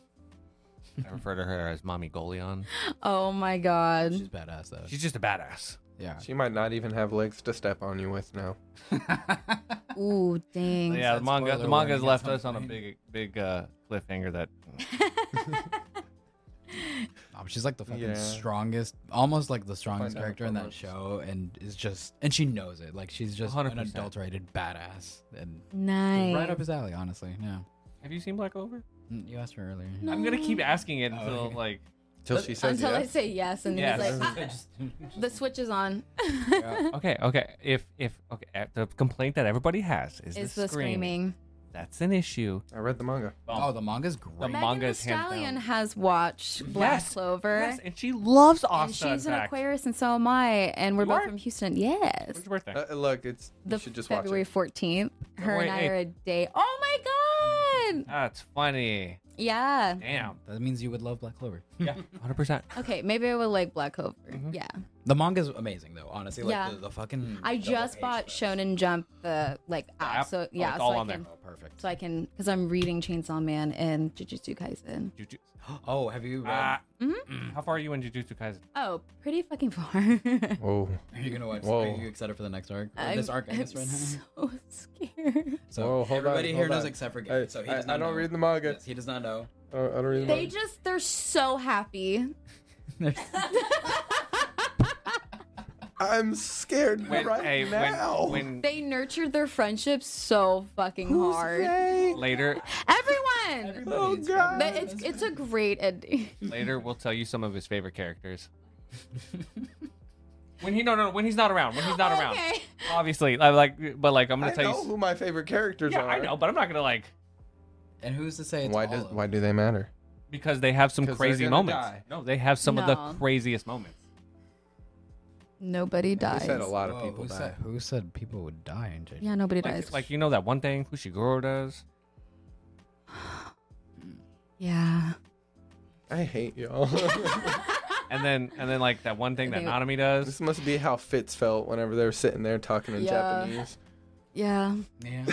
C: I refer to her as Mommy Golion.
A: Oh my god.
B: She's badass though.
C: She's just a badass.
B: yeah.
D: She might not even have legs to step on you with now.
A: Ooh, dang.
C: Yeah, the
B: that
C: manga
B: spoiler
C: the manga's
B: warning,
C: left
B: that's
C: us on a
B: something.
C: big big uh, cliffhanger that
B: Um, she's like the fucking
D: Yeah.
B: strongest, almost like the strongest
D: out
B: character in that
D: almost.
B: show, and is just and she knows it. Like she's just an
C: 100%.
B: adulterated badass, and
A: Nice.
B: right up his alley. Honestly, yeah.
C: have you seen Black Clover?
B: Mm, You asked her earlier.
A: No.
C: I'm gonna keep asking it
B: Oh,
C: until
B: okay.
C: like
D: Till she says
A: Until I
D: yes.
A: say yes, and then
C: Yes.
A: he's like,
B: Just-
A: "Ah, the switch is on.
B: Yeah.
C: okay okay if if okay uh, the complaint that everybody has is,
A: Is
C: the,
A: the screaming.
C: That's an issue.
D: I read the manga.
B: oh, the manga's
C: The
B: great.
C: ma- Manga
A: Megan Thee
C: is hands
A: Stallion
C: down.
A: has watched Black
C: Yes.
A: Clover.
C: Yes, and she loves Asta.
A: Oh, And she's
C: in
A: an
C: fact.
A: Aquarius, and so am I, and we're
C: You
A: both
C: are?
A: from Houston. Yes,
C: When's your birthday?
D: Uh, look, it's
A: the
D: you should just watch
A: February
D: it.
A: fourteenth. Her
C: February
A: and I are a day. Oh my god!
C: That's funny.
A: Yeah.
D: mm-hmm.
C: Damn.
B: That means you would love Black Clover.
C: Yeah, hundred percent.
A: Okay, maybe I will like Black Clover. Yeah.
B: The manga's amazing though. Honestly, like
A: Yeah.
B: the, the fucking.
A: I
B: double
A: just
B: page
A: bought
B: spreads.
A: Shonen Jump the like app,
C: app? Oh,
A: so yeah,
C: it's
A: so
C: all
A: I
C: on there.
A: can
B: Oh, perfect.
A: so I can because I'm reading Chainsaw Man and Jujutsu Kaisen.
C: Juju-
B: oh, have you read?
C: Ah,
A: Mm-hmm.
C: How far are you in Jujutsu Kaisen?
A: Oh, pretty fucking far.
D: Oh,
B: are you gonna watch?
D: Whoa.
B: Are you excited for the next arc? Or
A: I'm,
B: this arc, I
A: I'm
B: guess, right
A: so
B: now.
A: scared.
B: So
D: Whoa, hold on,
B: everybody here
D: hold
B: knows
D: on.
B: except for Gabe.
D: I,
B: so he
D: I,
B: does not
D: I don't
B: know.
D: read the manga.
B: Yes, he does not know.
D: I, I don't read the
A: They
D: manga.
A: just they're so happy.
D: I'm scared
C: When,
D: right
C: hey,
D: now.
C: when, when
A: They nurtured their friendship so fucking
D: Who's
A: hard.
D: they?
C: later,
A: Everyone.
B: Everybody
D: Oh,
B: is
D: God.
A: But it's it's a great ending.
C: later we'll tell you some of his favorite characters. When he no no when he's not around when he's not around
A: Oh, Okay.
C: obviously I like but like I'm
D: I
C: gonna tell
D: know
C: you
D: who my favorite characters
C: yeah
D: are.
C: I know but I'm not gonna like
B: and who's to say it's
D: Why
B: all
D: does
B: of
D: why
B: them?
D: do they matter?
C: because they have some
D: 'Cause they're
C: crazy
D: gonna
C: moments
B: die.
C: no they have some of the
A: No.
C: craziest moments
A: Nobody
D: They
A: dies.
D: said a lot of
B: Whoa,
D: people
B: who
D: die.
B: Said, who said people would die in JJ?
A: Yeah, nobody
C: like,
A: dies.
C: like you know that one thing Fushiguro does
A: yeah.
D: I hate y'all.
C: and then and then like that one thing that
A: They-
C: Nanami does
D: this must be how Fitz felt whenever they were sitting there talking in
A: Yeah.
D: Japanese.
A: Yeah.
B: Yeah.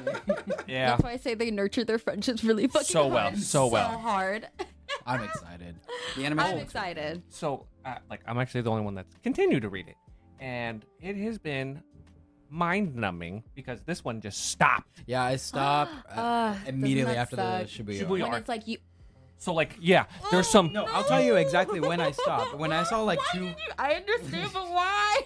C: yeah
A: That's why I say they nurture their friendships really fucking
C: So well,
A: hard.
C: so well.
A: hard.
B: I'm excited. The animation.
A: I'm excited.
C: so uh, like I'm actually the only one that's continued to read it, and it has been mind numbing because this one just stopped.
B: Yeah, I stopped uh,
A: Ah, doesn't
B: immediately
A: that
B: after the
A: suck?
B: Shibuya.
C: Shibuya. We
A: when
C: are-
A: it's like you. oh,
C: So like yeah, there's some
B: No, I'll tell you exactly when I stopped. When I saw like
A: Why
B: two.
A: did you- I understand, but why?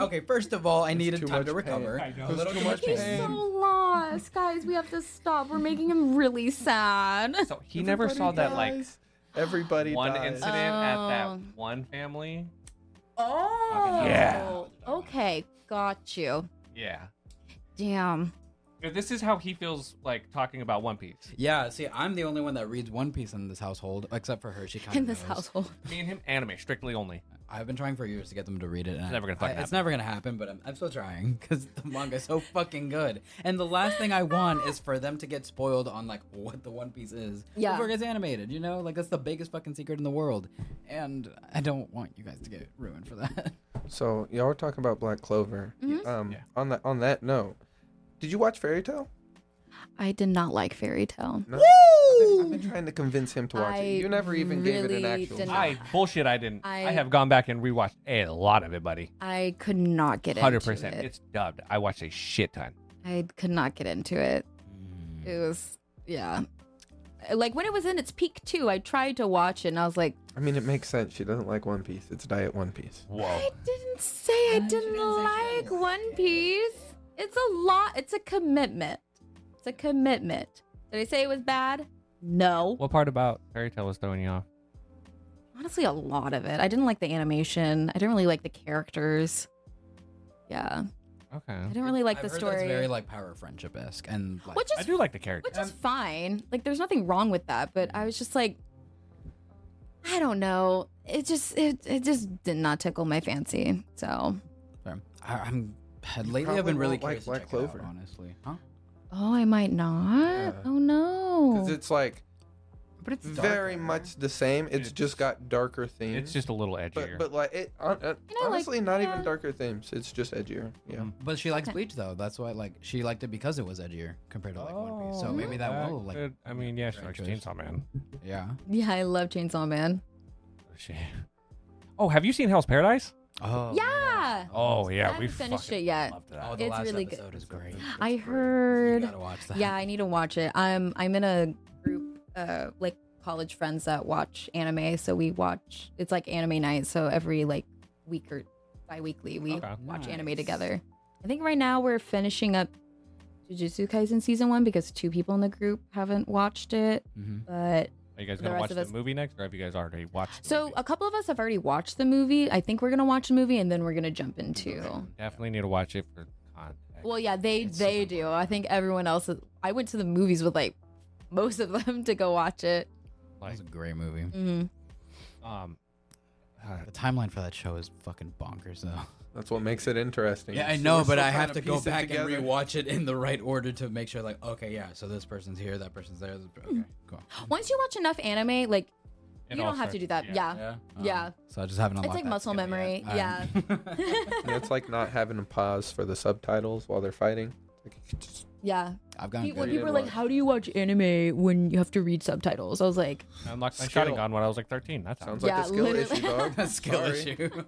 B: Okay, first of all, I needed
D: too
B: time
D: much
B: to
D: pain.
B: recover.
C: I know.
B: A little
D: Too
B: too
D: much
B: much
D: pain.
A: He's
B: pain.
A: so lost, guys. We have to stop. We're making him really sad.
C: So he never
D: Everybody
C: saw that like
D: dies. everybody
C: one
D: dies.
C: incident at that
A: Oh.
C: one family.
A: Oh.
C: Yeah.
A: Okay, got you.
C: Yeah,
A: Damn.
C: If this is how he feels like talking about One Piece.
B: Yeah, see, I'm the only one that reads One Piece in this household, except for her. She kind of
A: In this household.
C: Me and him, anime strictly only.
B: I've been trying for years to get them to read it. And
C: never gonna
B: I-
C: fucking
B: It's never gonna happen, but I'm, I'm still trying because the manga's so fucking good. And the last thing I want is for them to get spoiled on like what the One Piece is
A: Yeah.
B: before it gets animated. You know, like that's the biggest fucking secret in the world, and I don't want you guys to get ruined for that.
D: So y'all were talking about Black Clover.
A: Mhm.
D: Um,
C: Yeah.
D: on that on that note, did you watch Fairy Tale?
A: I did not like Fairy Tale.
D: No. I've been, I've been trying to convince him to watch
A: I
D: it. You never even gave it an
A: really
D: actual.
A: did
D: shot.
A: not.
C: I bullshit. I didn't. I,
A: I-
C: have gone back and rewatched a lot of it, buddy.
A: I could not get
C: Hundred
A: into
C: percent.
A: it.
C: It's dubbed. I watched a shit ton.
A: I could not get into it. It was yeah. Like when it was in its peak too, I tried to watch it and I was like,
D: I mean, it makes sense. She doesn't like One Piece. It's Diet One Piece.
C: Whoa.
A: I didn't say I didn't like One Piece. It's a lot. It's a commitment. It's a commitment. Did I say it was bad? No.
C: What part about Fairy Tale was throwing you off?
A: Honestly, a lot of it. I didn't like the animation. I didn't really like the characters. Yeah,
C: Okay.
A: I didn't really like
B: I've
A: the
B: heard that
A: story,
B: It's very like power friendship esque and like.
A: which
C: I
A: is
C: do like the character.
A: which is fine. Like, there's nothing wrong with that. But I was just like, I don't know. It just it it just did not tickle my fancy. So,
B: Sorry. um, I, I'm lately
D: probably
B: I've been really
D: won't like
B: curious
D: Black
B: to check it out,
D: Clover.
B: honestly. Huh?
A: oh, I might not.
D: Yeah.
A: Oh
D: Because
A: no.
D: Uh, it's like
B: But it's
D: very much the same. It's,
C: It's-
D: just got darker themes.
C: Um, It's just a little edgier.
D: But, but like it on, uh,
A: You know, like,
D: honestly not
A: yeah.
D: even darker themes. It's just edgier. Yeah.
C: Mhm.
B: But she likes
A: Okay.
B: Bleach though. That's why like she liked it because it was edgier compared to like One Piece. So
A: Oh,
B: maybe that will like
C: could- I mean, yeah, she
B: Very
C: likes
B: good.
C: Chainsaw Man.
B: yeah.
A: Yeah, I love Chainsaw Man.
C: She... Oh, have you seen Hell's Paradise?
B: Oh
A: Yeah.
C: Oh yeah,
A: I
C: we
A: haven't finished
C: fucking
A: it yet.
C: loved
B: Oh,
C: that.
B: the
A: It's
B: last
A: really
B: episode
A: good.
B: is great.
A: I
B: You
A: heard.
B: gotta watch that.
A: Yeah, I need to watch it. I'm I'm in a group uh like college friends that watch anime, so we watch it's like anime night, so every like week or bi-weekly we
C: Okay.
A: watch anime
B: Nice.
A: together. I think right now we're finishing up Jujutsu Kaisen season 1 because two people in the group haven't watched it,
B: Mhm.
A: but
C: Are you guys
A: the
C: gonna
A: rest
C: watch
A: of
C: the
A: us-
C: movie next, or have you guys already watched? the
A: so uh,
C: movie?
A: a couple of us have already watched the movie. I think we're going to watch the movie and then we're going to jump into
C: definitely need to watch it for context.
A: Well, yeah, they
B: It's
A: they
B: super
A: do. I think everyone else is, I went to the movies with like most of them to go watch it.
B: That
C: like,
B: was a great movie.
A: Mhm.
C: um, uh,
B: The timeline for that show is fucking bonkers though.
D: That's what makes it interesting.
B: Yeah, I
D: So
B: know,
D: we're
B: but
D: still
B: I
D: trying
B: have to go
D: piece it
B: back and
D: together.
B: rewatch it in the right order to make sure like okay, yeah, so this person's here, that person's there. this-
A: Mm.
B: Okay, cool.
A: Once you watch enough anime, like
C: it
A: you
C: all
A: don't have to
C: starts-
A: do that. Yeah.
B: Yeah.
A: Yeah.
B: Um, So I just haven't
A: It's
B: unlocked
A: like
B: that
A: muscle
B: skill
A: memory,
B: yet. Alright.
D: And it's like not having to pause for the subtitles while they're fighting. Like, you could just-
A: Yeah.
B: I've gotten
A: People,
B: good.
D: you
A: people were
D: did
A: like,
D: watch.
A: "How do you watch anime when you have to read subtitles?" I was like,
C: I unlocked my
D: Skill.
C: shotting gun when I was like 13. That sounds
D: sounds
A: Yeah,
D: like a skill
A: literally.
D: issue, dog.
B: That's skill
D: Sorry.
B: issue.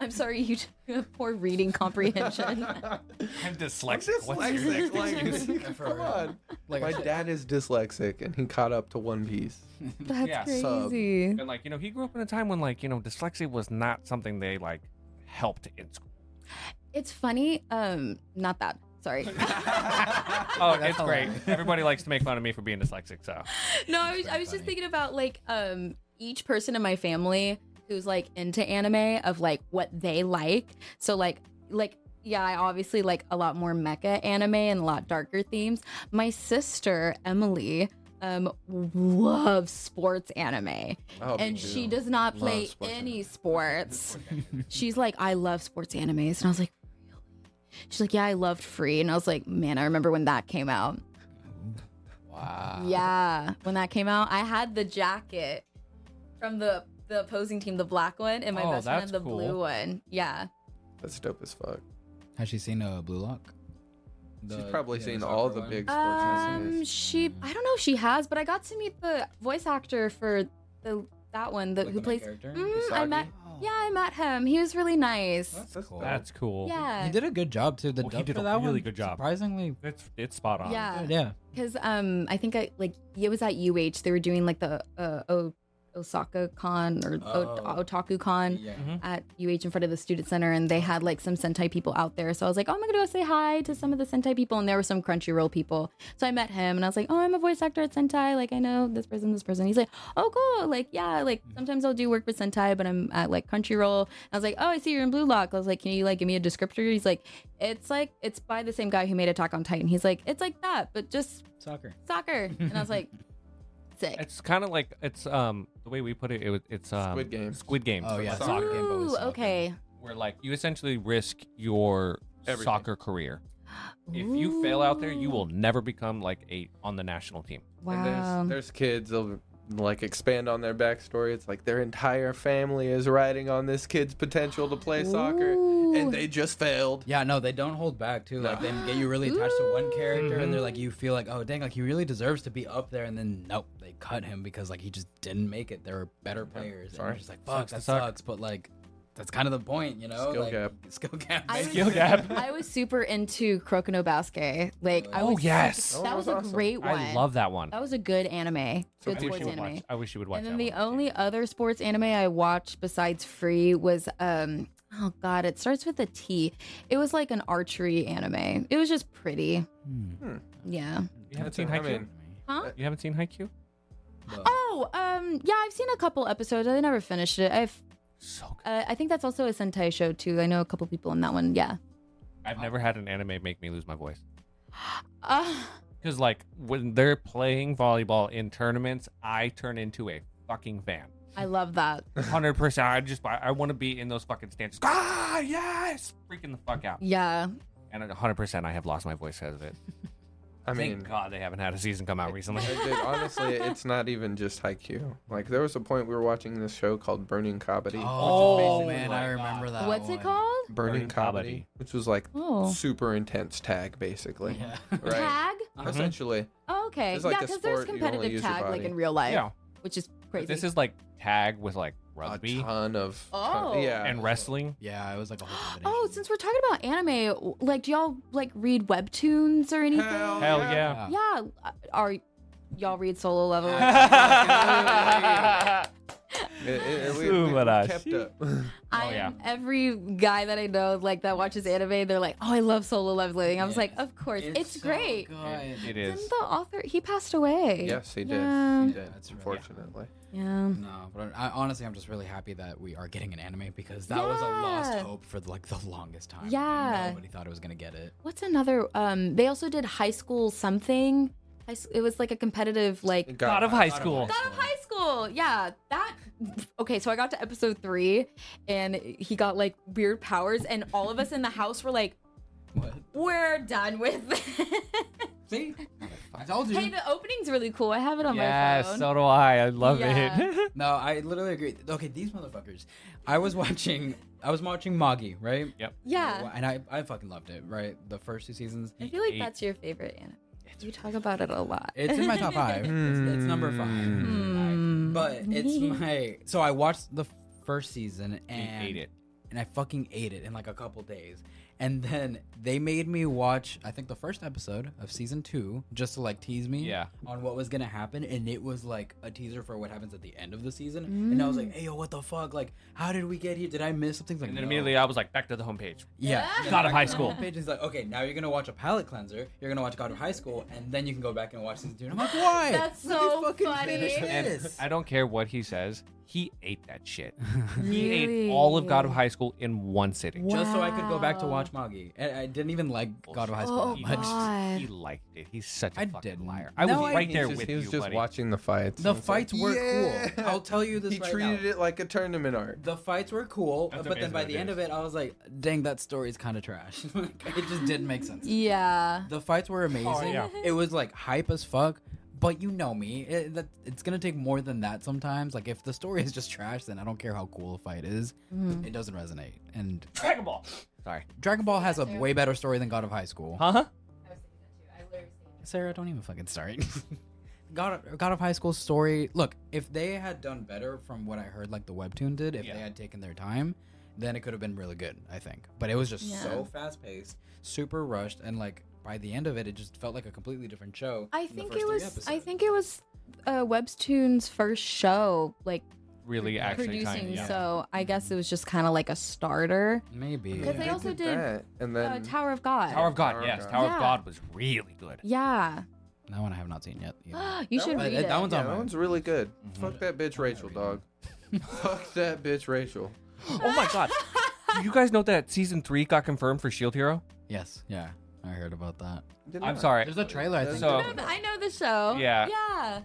A: "I'm sorry, you two have poor reading comprehension."
C: I'm dyslexic. What's your
D: dyslexic.
C: excuse?
D: Like,
B: For
D: come
B: real.
D: on.
B: Like,
D: My
B: I-
D: dad is dyslexic, and he caught up to One Piece.
A: That's
C: Yeah.
D: Sub.
A: crazy.
C: And like you know, he grew up in a time when like you know dyslexia was not something they like helped in school?
A: It's funny. Um, not that. Sorry.
C: Oh,
B: That's
C: it's great.
B: hilarious.
C: Everybody likes to make fun of me for being dyslexic, so
A: no, I was,
B: That's
A: I was just
B: funny.
A: thinking about like um each person in my family who's like into anime of like what they like. So like like yeah, I obviously like a lot more mecha anime and a lot darker themes. My sister Emily um loves sports anime
D: Oh,
A: and she does not
D: Loves
A: play
D: sports
A: any
D: anime.
A: sports. She's like, I love sports animes, and I was like, really? She's like, yeah, I loved Free, and I was like, man, I remember when that came out.
B: Wow.
A: Yeah, when that came out, I had the jacket from the the opposing team, the black one, and my
C: Oh,
A: best friend had
C: that's
A: the
C: cool.
A: blue one. Yeah,
D: That's dope as fuck.
B: Has she seen uh, Blue Lock?
D: She's
B: The-
D: probably
B: yeah,
D: seen
B: the
D: all
B: soccer
D: the
B: one?
D: big sports.
A: um,
D: animes.
A: she, I don't know if she has, but I got to meet the voice actor for the that one that
B: Like
A: who
B: the main
A: plays.
B: character?
A: Mm, I
D: Usagi?
A: met,
B: Wow.
A: yeah, I met him. He was really nice.
B: That's,
D: That's
B: cool.
D: dope.
C: that's cool.
A: Yeah,
B: He did a good job too. The
C: Well, he
B: dub
C: did
B: for
C: a
B: that
C: really
B: one,
C: good job.
B: Surprisingly,
C: It's it's spot on.
A: Yeah.
B: good, yeah.
A: because um I think I like it was at UH they were doing like the uh, o- Osaka Con or
B: Oh.
A: o- Otaku Con
B: Yeah.
C: Mhm.
A: at UH in front of the student center and they had like some Sentai people out there so I was like oh I'm gonna go say hi to some of the Sentai people and there were some Crunchyroll people so I met him and I was like oh I'm a voice actor at Sentai like I know this person this person he's like oh cool like yeah like
C: Mm.
A: sometimes I'll do work with Sentai but I'm at like Crunchyroll I was like oh I see you're in Blue Lock I was like can you like give me a descriptor he's like it's like it's by the same guy who made Attack on Titan he's like it's like that but just
B: Soccer.
A: soccer. And I was like, sick.
C: It's kind of like it's um the way we put it. it was- it's um,
D: Squid Game.
C: Squid Game.
B: Oh,
C: for
B: yeah.
C: soccer.
B: soccer game, but with
A: Ooh,
B: soccer.
A: okay.
C: Where like you essentially risk your
D: Everything.
C: soccer career. If you fail out there, you will never become like a on the national team.
D: And
A: Wow.
D: there's, there's kids they'll like expand on their backstory. It's like their entire family is riding on this kid's potential to play soccer,
A: Ooh.
D: and they just failed.
B: Yeah, no, they don't hold back too. Like
D: No.
B: they get you really attached to one character,
C: Ooh.
B: and they're like, you feel like, oh dang, like he really deserves to be up there, and then nope, they cut him because like he just didn't make it. There were better players. And
D: Sorry.
B: you're just like, fuck,
C: Sucks to
B: that
C: suck.
B: sucks, but like, that's kind of the point, you know?
D: Skill
B: Like,
D: gap.
B: Skill gap.
A: I
B: basically.
A: Skill
C: gap.
A: I was super into Crocono Basket. Like, I
B: Oh,
A: was
C: yes.
A: that
D: Oh,
A: was
D: that
A: a
D: was awesome.
A: great one.
C: I love that one.
A: that was a good anime.
D: So
A: Good
C: I wish
A: sports
C: you would
A: anime.
C: watch. I wish you would watch.
A: And
C: that
A: then the
C: one too.
A: only other sports anime I watched besides Free was um oh god, it starts with a T. It was like an archery anime. It was just pretty.
B: Hmm.
A: Yeah.
C: you haven't
D: That's
C: seen
D: what I
C: Haikyuu.
D: mean.
A: Huh?
C: You haven't seen Haikyuu?
B: But-
A: Hmm. Oh, um, yeah, I've seen a couple episodes. I never finished it. I've
C: So good.
A: Uh, I think that's also a Sentai show too. I know a couple people in that one. Yeah.
C: I've never had an anime make me lose my voice.
A: Uh,
C: Because like when they're playing volleyball in tournaments, I turn into a fucking fan.
A: I love that.
C: Hundred percent. I just I, I want to be in those fucking stands. Ah yes, freaking the fuck out.
A: Yeah.
C: And hundred percent, I have lost my voice because of it.
D: I mean,
C: Thank God they haven't had a season come out recently.
D: Like, dude, honestly, it's not even just Haikyuu. Like, there was a point we were watching this show called Burning Comedy.
B: Oh,
C: Oh
B: man,
C: my
B: I remember that.
A: What's
B: one.
A: it called?
D: Burning,
C: Burning
D: Comedy,
C: Comedy.
D: which was like
A: Oh.
D: super intense tag, basically.
B: Yeah.
D: Right?
A: Tag.
C: Mhm.
D: Essentially.
A: Oh, okay.
D: It's like
A: yeah,
D: a
A: because there's
D: sport, you only
A: competitive
D: use your
A: tag like
D: body.
A: in real life,
C: yeah,
A: which is
C: but
A: crazy.
C: this is like tag with like
D: A
C: rugby
D: ton of.
A: Oh.
D: yeah.
C: and wrestling.
B: Yeah, it was like a whole.
A: oh,
B: combination.
A: since we're talking about anime, like, do y'all like read webtoons or anything?
D: Hell
C: Hell
D: Yeah.
C: Oh, yeah.
A: Yeah. Uh, Are y'all read Solo Level?
B: Yeah.
D: It- it- we-
C: Ooh,
D: we-
C: but
D: we
C: I
D: kept
C: see.
D: up.
A: I
C: Oh, yeah.
A: am every guy that I know like that watches anime, they're like, "Oh, I love Solo Leveling." I was like,
B: Yes.
A: "Of course, it's,
B: so
A: great."
B: good.
C: It
A: Didn't
C: is.
A: the author he passed away?
D: yes, he did.
A: Yeah.
D: He did,
B: That's really-
D: unfortunately.
A: Yeah.
B: No, but I, honestly, I'm just really happy that we are getting an anime because that was a lost
A: Yeah.
B: hope for like the longest time.
A: Yeah.
B: nobody thought it was gonna get it.
A: What's another? Um, they also did high school something. High, s- it was like a competitive like.
D: God,
C: God of high school.
A: God of high school, yeah. That okay. So I got to episode three, and he got like weird powers, and all of us in the house were like,
B: What?
A: "We're done with." it."
B: See, I told you.
A: hey, the opening's really cool. I have it on
C: Yes,
A: my phone.
C: so do I. I love
A: Yeah.
C: it.
B: no, I literally agree. Okay, these motherfuckers. I was watching. I was watching Magi, right?
A: yeah,
B: And I, I fucking loved it. Right, the first two seasons.
A: I feel like
C: Eight.
A: that's your favorite anime. You talk about it a lot.
B: It's in my top five. it's, it's number five.
A: Hmm.
B: But it's my. So I watched the first season
C: I
B: and
C: hate it.
B: and I fucking ate it in like a couple days. And then they made me watch, I think, the first episode of season two just to like tease me
C: Yeah.
B: on what was going to happen. And it was like a teaser for what happens at the end of the season. And I
A: Mm.
B: was like, hey, yo, what the fuck? Like, how did we get here? Did I miss something? Like,
C: And
B: no.
C: then immediately I was like, back to the homepage.
B: Yeah.
A: Yeah.
C: God of High
B: Back to the
C: School.
B: homepage, and He's like, okay, now you're gonna watch a palate cleanser. You're gonna watch God of High School, and then you can go back and watch season two. And I'm like, why?
A: That's
B: Let me
A: so
B: fucking
A: funny.
B: finish
A: And
C: And
B: this.
C: I don't care what he says, he ate that shit. He ate all of God of High School in one sitting.
A: Wow.
B: Just so I could go back to watch Magi. And I didn't even like God of High School
A: Oh,
B: that
C: he,
B: much.
A: God.
C: he liked it. He's such a
B: I
C: fucking
B: didn't.
C: liar. I
B: No,
C: was
B: I
C: right
B: didn't.
C: there
D: He's just,
C: with
D: he was
C: you,
D: just
C: buddy.
D: watching the fights.
B: The
D: and it's like,
B: fights were cool.
D: yeah.
B: I'll tell you this
D: He
B: right
D: treated
B: now.
D: it like a tournament art.
B: The fights were cool,
C: That's
B: but then by
C: amazing
B: the end
C: ideas.
B: of it, I was like, dang, that story's kind of trash. Like, it just didn't make sense.
A: Yeah.
B: The fights were amazing.
C: yeah.
B: It was like hype as fuck. But you know me, it, that, it's gonna take more than that sometimes. Like if the story is just trash, then I don't care how cool a fight is, it doesn't resonate. And
C: Dragon Ball. Sorry.
B: Dragon Ball has a way better story than God of High School.
C: Huh? huh?
B: Sarah, don't even fucking start. God, of, God of High School story. Look, if they had done better from what I heard, like the webtoon did, if
C: Yeah.
B: they had taken their time, then it could have been really good. I think, but it was just so fast paced, super rushed, and like by the end of it, it just felt like a completely different show.
A: I
B: in the
A: think
B: first
A: it
B: three
A: was. I
B: episodes.
A: think it was uh, Webtoon's first show, like
C: Really, actually,
A: producing.
C: tiny. Yeah.
A: So I guess it was just kind of like a starter.
B: maybe.
A: Because they
D: They
A: also did,
D: that, and then
A: uh, Tower of God.
C: Tower of God.
D: Tower of
C: yes,
D: God.
C: Tower
A: Yeah.
C: of God was really good.
A: yeah,
B: That one I have not seen yet. either.
A: you
D: That
A: should
D: one-
A: read
B: that-
A: it.
B: that one's
D: yeah,
B: on
D: that
B: mine.
D: one's really good.
C: Mm-hmm.
D: Fuck that bitch Rachel, dog. Fuck that bitch Rachel.
C: oh my God. Do you guys know that season three got confirmed for Shield Hero?
B: yes, yeah, I heard about that.
D: Did
C: I'm
D: not.
C: sorry.
B: There's a trailer. I
D: There's
B: think.
C: So-
A: I know the- I know the show.
C: Yeah.
A: yeah.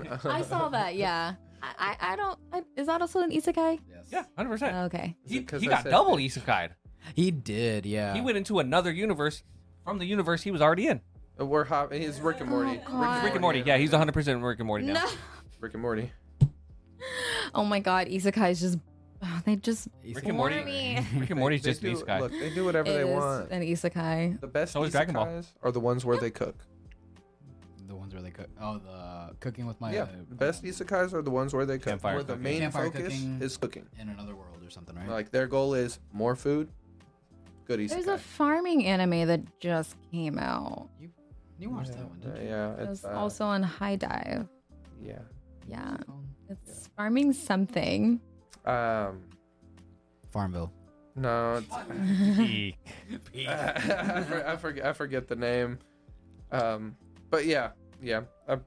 C: God.
A: I saw that. Yeah. I, I, I don't. I, is that also an isekai?
B: Yes.
C: Yeah, 100%.
A: Okay.
C: he
D: because
C: he
D: I
C: got
D: said
C: double
D: that.
C: isekai.
B: he did. Yeah,
C: He went into another universe from the universe he was already in.
D: Uh, We're hop. He's Rick and
A: Oh,
D: Morty.
A: God.
C: Rick and Morty. Yeah, he's 100% Rick and Morty now.
A: No.
D: Rick and Morty.
A: Oh my God, isekai is just. oh, they just.
C: Rick and Morty.
A: Morty.
C: Rick and Morty's
D: They
C: just
D: do,
C: an isekai.
D: Look, they do whatever they
A: it is
D: want.
A: an isekai.
D: The best
C: So is Dragon Ball.
D: isekais are the ones where they cook.
B: The ones where they cook. Oh, the cooking with my.
D: yeah,
B: uh,
D: the best
B: um,
D: isekais are the ones where they cook.
C: Oh, Campfire
D: where the
C: cooking.
D: main
B: Campfire
D: focus
B: cooking.
D: is cooking.
B: in another world or something, right?
D: Like their goal is more food, good
A: There's
D: isekai.
A: a farming anime that just came out.
B: you watched that one,
D: Uh,
B: didn't you?
D: yeah,
A: It was
D: it's uh,
A: also on High Dive.
D: yeah.
A: Yeah, it's farming something.
D: Um,
B: Farmville.
D: no, it's,
C: Eek.
D: I, for, I forget. I forget the name. Um, but yeah, yeah. I,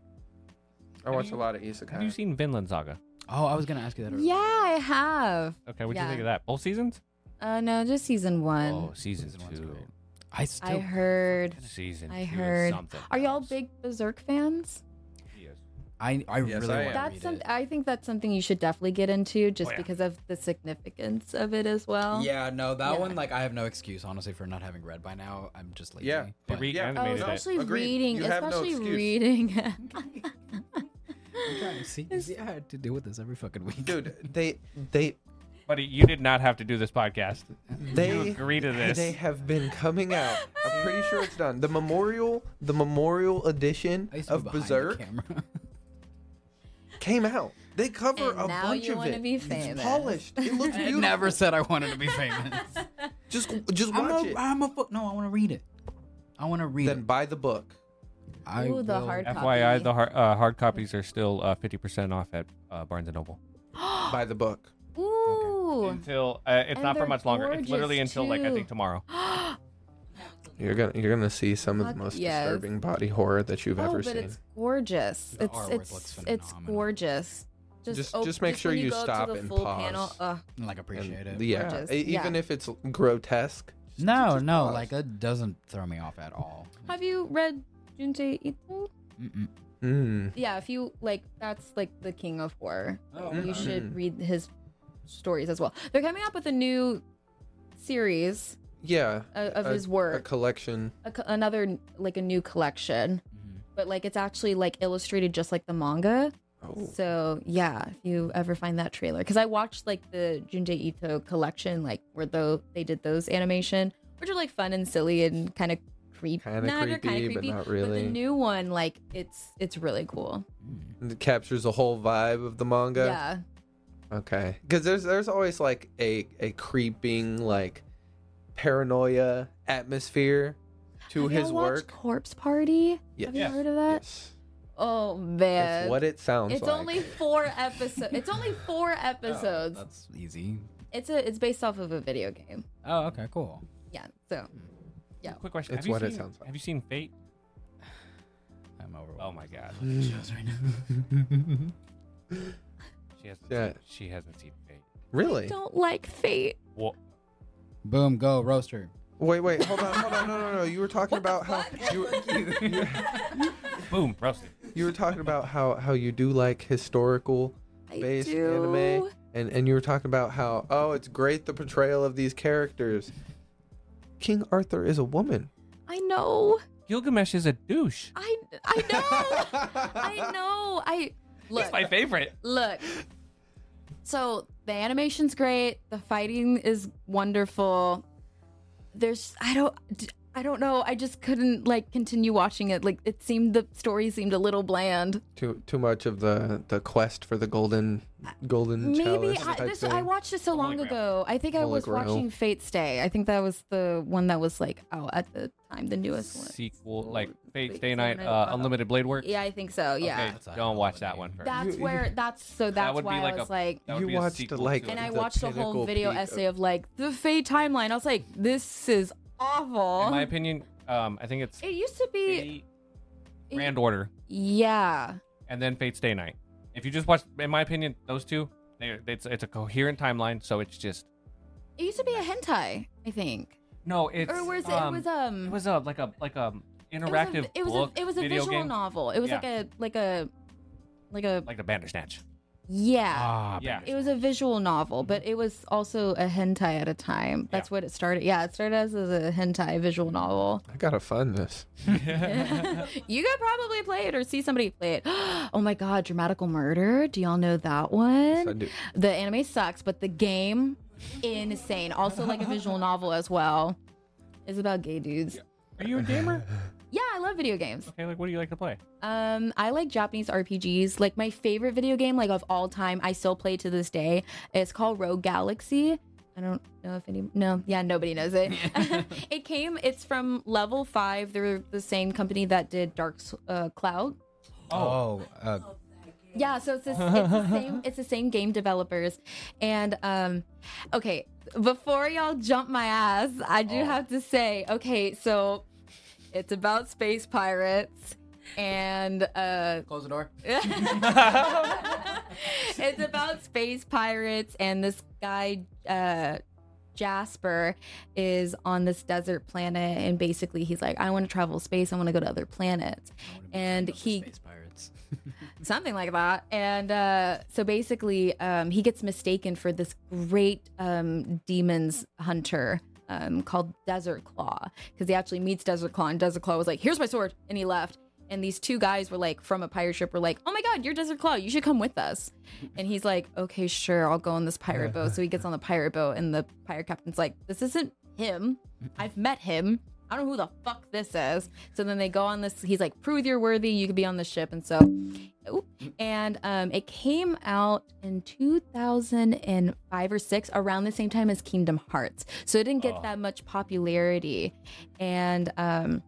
D: I watch
C: you-
D: a lot of
C: Have you
D: isekai.
C: seen Vinland Saga?
B: Oh, I was gonna ask you that. earlier.
A: Yeah, I have.
C: Okay, what'd
A: Yeah.
C: you think of that? Both seasons?
A: Uh, no, just season one.
C: Oh, season,
B: Season one's
C: two.
B: great. I still.
A: I heard.
C: Season
A: I
C: two is
A: heard.
C: something
A: Are y'all
C: else.
A: big Berserk fans?
C: Yes.
B: I, I
D: Yes,
B: really
D: I
B: want
D: am.
B: to
A: That's
B: read
A: some.
B: it.
A: I think that's something you should definitely get into, just
D: Oh,
C: yeah.
A: because of the significance of it as well.
B: Yeah, no, that
A: Yeah.
B: one like I have no excuse honestly for not having read by now. I'm just lazy.
D: Yeah.
C: They
B: but-
A: Oh,
C: reanimated it.
A: especially
D: Agreed.
A: reading,
D: You have no
A: especially
D: excuse.
A: reading.
B: I'm trying to see. see, I had to deal with this every fucking week,
D: Dude, they they
C: Buddy, you did not have to do this podcast.
D: they
C: agree to this.
D: They have been coming out. I'm pretty sure it's done. The memorial, the memorial edition
B: I used to be
D: of
B: behind the
D: Berserk
B: camera.
D: came out. They cover
A: And
D: a
A: now
D: bunch
A: you
D: of
A: wanna
D: it.
A: be
D: It's
A: famous.
D: polished. It looks
B: I
D: beautiful.
B: never said I wanted to be famous.
D: Just just
B: I'm
D: watch
B: a,
D: it.
B: I'm a fu- no. I want to read it. I want to read
D: Then
B: it.
D: buy the book.
B: I
A: Ooh, the
B: will-
A: hard copy.
C: FYI, the hard, uh, hard copies are still uh, 50% off at uh, Barnes & Noble.
D: Buy the book.
A: Ooh.
C: Until, uh, it's
A: And
C: not for
A: they're
C: much longer. It's literally
A: gorgeous,
C: until, like, I
A: too.
C: think tomorrow.
D: You're gonna you're gonna see some of
A: Fuck
D: the most
A: yes.
D: disturbing body horror that you've
A: Oh,
D: ever
A: but
D: seen.
A: it's gorgeous.
B: The
A: it's
B: artwork
A: it's
B: looks
A: it's
B: phenomenal.
A: gorgeous. Just
D: Just-
A: op-
D: just make sure
A: when
D: you
A: go up to
D: stop
A: the
D: and
A: full
D: pause.
A: Panel, ugh.
B: like appreciate
D: And
B: it.
D: yeah,
A: Gorgeous.
D: e-
A: Yeah.
D: even if it's grotesque. just-
B: No,
D: just
B: no,
D: pause.
B: like that doesn't throw me off at all.
A: Have you read Junji Ito?
B: Mm-mm.
D: Mm.
A: Yeah, if you like, that's like the king of horror.
B: Oh,
A: You
B: okay.
D: Hmm.
A: should read his stories as well. They're coming up with a new series
D: Yeah,
A: uh, of
D: A-
A: his
D: a
A: work,
D: collection.
A: a co- another like a new collection,
B: Mm-hmm.
A: but like it's actually like illustrated just like the manga.
D: Oh.
A: So yeah, if you ever find that trailer, because I watched like the Junji Ito collection, like where though they did those animation, which are like fun and silly and kind of creep.
D: Kinda
A: Nah, they're kinda
D: creepy, but not
A: But
D: really.
A: the new one, like it's it's really cool.
D: It captures the whole vibe of the manga.
A: Yeah,
D: Okay. Because there's there's always like a a creeping like paranoia atmosphere to
A: Have y'all
D: his
A: watched
D: work.
A: Corpse Party. Have you
C: Yes.
A: heard of that?
D: Yes.
A: Oh
D: That's
A: man,
D: what it Oh, sounds
A: it's
D: like.
A: only four episodes. It's only four
B: Oh,
A: episodes.
B: that's easy.
A: it's a. It's based off of a video game.
B: Oh, okay, cool.
A: Yeah. So
C: Quick question.
D: It's
C: have you
D: what it
C: seen-
D: sounds like.
C: Have you seen Fate?
B: I'm over.
C: Oh my god.
B: Shows right now.
C: She hasn't.
D: Yeah.
C: Seen, she hasn't seen Fate.
D: really?
A: don't like fate.
C: What?
B: Boom, go roaster.
D: Wait, wait, hold on, hold on, no, no, no. You were talking about how you were, you,
C: Boom. Roasted.
D: you were talking about how how you do like historical
A: I
D: based
A: do.
D: anime, and and you were talking about how oh it's great the portrayal of these characters. King Arthur is a woman.
A: I know.
C: Gilgamesh is a douche.
A: I I know. I know. I look.
C: He's my favorite.
A: Look. So the animation's great. The fighting is wonderful. There's I don't I don't know. I just couldn't like continue watching it. Like it seemed the story seemed a little bland.
D: Too too much of the the quest for the golden golden
A: Maybe
D: chalice
A: I,
D: type
A: this,
D: thing.
A: I watched it so
C: Holy
A: long
C: Grail.
A: ago. I think I
D: Holy
A: was
D: Grail.
A: watching Fate's Day. I think that was the one that was like out at the time, the newest one.
C: Sequel, like
A: Fate's
C: Fate Day
A: Day
C: Night,
A: Night,
C: uh,
A: uh,
C: Unlimited Blade Work.
A: Yeah, I think so. Yeah.
C: Okay, don't watch that one first.
A: That's
D: You-
A: where that's so that's
C: would be
A: why
C: like
A: I
C: a-
A: was like
C: That would
D: You
C: be a
D: watched,
C: sequel
D: like-
C: to it.
A: and
D: the
A: I watched a whole
D: pinnacle
A: video
D: peak of-
A: essay of like the Faye timeline. I was like, this is awful.
C: In my opinion, um, I think it's
A: it used to be,
C: Fate, Grand Order
A: yeah.
C: and then Fate's Day Night. If you just watch, in my opinion, those two, they, it's it's a coherent timeline, so it's just
A: It used to be a hentai, I think,
C: no, it's
A: or was it?
C: um,
A: it was um,
C: it was a like a like a
A: it was
C: interactive
A: A, it was
C: book,
A: a, it was a
C: video
A: visual
C: game,
A: novel. It was
C: Yeah.
A: like a like a like a
C: like the Bandersnatch.
A: yeah.
B: Ah,
C: yeah,
A: it was a visual novel, but it was also a hentai at a time. That's what it started. Yeah, it started as, as a hentai visual novel.
D: I gotta find this.
A: you could probably play it or see somebody play it. Oh my god, Dramatical Murder. Do y'all know that one?
D: I do.
A: The anime sucks, but the game insane. Also like a visual novel as well. It's about gay dudes. Yeah,
C: Are you a gamer?
A: I love video games.
C: okay, like what do you like to play?
A: Um I like Japanese RPGs. Like my favorite video game like of all time, I still play to this day. It's called Rogue Galaxy. I don't know if any no, yeah, nobody knows it. it came it's from Level 5. They're the same company that did Dark S- uh, Cloud.
B: Oh, uh,
A: Yeah, so it's, this, it's the same. It's the same game developers, and um, okay. Before y'all jump my ass, I do have to say, okay, so it's about space pirates, and uh,
B: close the door.
A: it's about space pirates, and this guy uh, Jasper is on this desert planet, and basically he's like, I want to travel space. I want to go to other planets, and he
B: Space pirates.
A: something like that. And uh, so basically, um, he gets mistaken for this great um, demons hunter um, called Desert Claw because he actually meets Desert Claw, and Desert Claw was like, "Here's my sword," and he left. And these two guys were like from a pirate ship were like, "Oh my god, you're Desert Claw. You should come with us." And he's like, "Okay, sure, I'll go on this pirate boat." So he gets on the pirate boat, and the pirate captain's like, "This isn't him. I've met him." I don't know who the fuck this is. So then they go on this. He's like, prove you're worthy. You could be on the ship. And so Oop. and um, it came out in 2005 or six, around the same time as Kingdom Hearts. So it didn't get
C: Oh.
A: that much popularity, and um,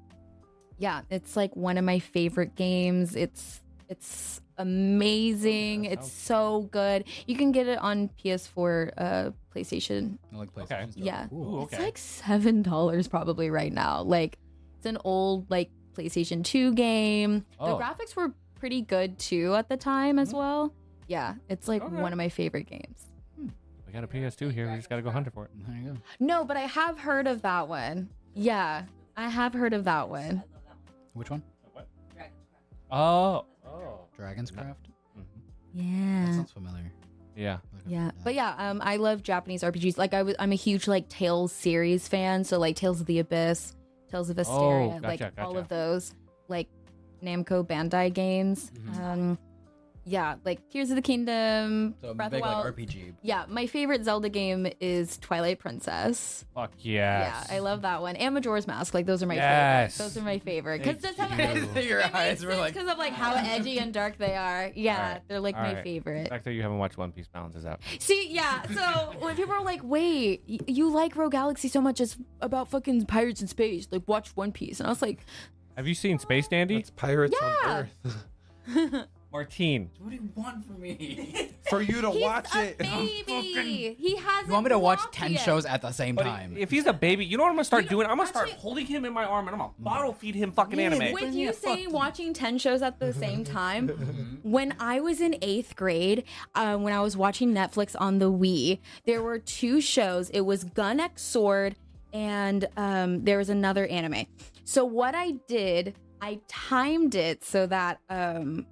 A: yeah, it's like one of my favorite games. It's it's amazing.
C: That
A: it's
C: sounds
A: so good. You can get it on PS4, uh, PlayStation.
B: I like PlayStation
C: Okay.
B: stuff.
A: Yeah.
C: Ooh,
B: Cool.
A: It's
C: okay.
A: like seven dollars probably right now. Like it's an old like PlayStation 2 game.
C: Oh. Mm-hmm.
A: The graphics were pretty good too at the time as well. Yeah, it's like
C: Okay.
A: one of my favorite games.
C: We got a PS2 here. We just got to go hunting for it.
B: There you go.
A: No, but I have heard of that one. Yeah, I have heard of that one.
B: Which one?
C: Oh, oh,
B: Dragon's Craft. That
A: Yeah.
B: sounds familiar.
C: yeah.
B: Like I've
A: Yeah,
B: heard
A: but
B: that.
A: yeah, um, I love Japanese RPGs. Like I was, I'm a huge like Tales series fan. So like Tales of the Abyss, Tales of
B: Oh,
A: Asteria,
C: gotcha,
A: like all
C: gotcha.
A: of those like Namco Bandai games.
B: Mhm.
A: Um, yeah, like Tears of the Kingdom,
B: So
A: Breath of
B: big
A: the Wild.
B: like RPG.
A: yeah, my favorite Zelda game is Twilight Princess.
C: Fuck yes.
A: Yeah, I love that one. And Majora's Mask. Like those are my
C: Yes.
A: favorite. Those are my favorite. Because that's how
C: Thank
A: it
C: you.
B: Your eyes were like-
A: because of like how edgy and dark they are. Yeah,
C: Alright.
A: they're like my
C: Alright.
A: favorite.
C: The fact that you haven't watched One Piece balances out.
A: See, yeah. So when people are like, "Wait, y- you like Rogue Galaxy so much? It's about fucking pirates in space. Like, watch One Piece." And I was like,
C: Have you seen Space Dandy?
D: It's pirates
A: Yeah.
D: on Earth.
C: Martine.
B: What do you want from me?
D: For you to
A: "He's
D: watch
A: a
D: it.
A: baby. He has.
B: You want me to watch ten shows at the same
C: Buddy,
B: time?
C: If he's a baby, you know what I'm gonna start
A: You know,
C: doing? I'm gonna start
A: actually-
C: holding him in my arm and I'm
D: Mm.
C: gonna bottle feed him fucking
B: Yeah,
C: anime.
B: wait.
A: With
B: Bring me
A: you
B: a
A: saying
B: fucking-
A: watching ten shows at the same time,
D: Mm-hmm.
A: when I was in eighth grade, um, when I was watching Netflix on the Wii, there were two shows. It was Gun X Sword, and um, there was another anime. So what I did, I timed it so that um,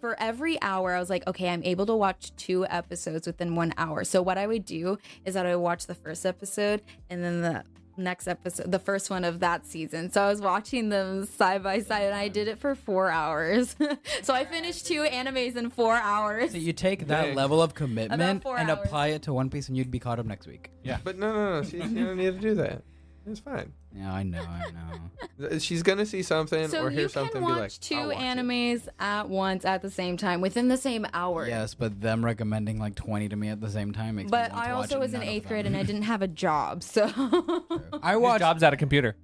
A: for every hour, I was like, okay, I'm able to watch two episodes within one hour. So what I would do is that I would watch the first episode and then the next episode, the first one of that season. So I was watching them side by side, and I did it for four hours. so I finished two animes in four hours.
B: So you take that
D: Big.
B: level of commitment
A: four
B: and
A: hours.
B: apply it to One Piece, and you'd be caught up next week.
D: But no, no, no. She, she don't need to do that. It's fine. Uh,
B: Yeah, I know, I know.
D: She's gonna see something
A: So
D: or hear
A: you
D: something.
A: can
D: and
A: watch
D: be like,
A: two
D: "I'll watch it."
A: animes at once at the same time within the same hour.
B: yes, but them recommending like twenty to me at the same time makes.
A: But
B: me want
A: I
B: to watch
A: also was in
B: none of
A: eighth
B: them.
A: grade and I didn't have a job, so
B: I
C: His
B: watched.
C: job's at a computer.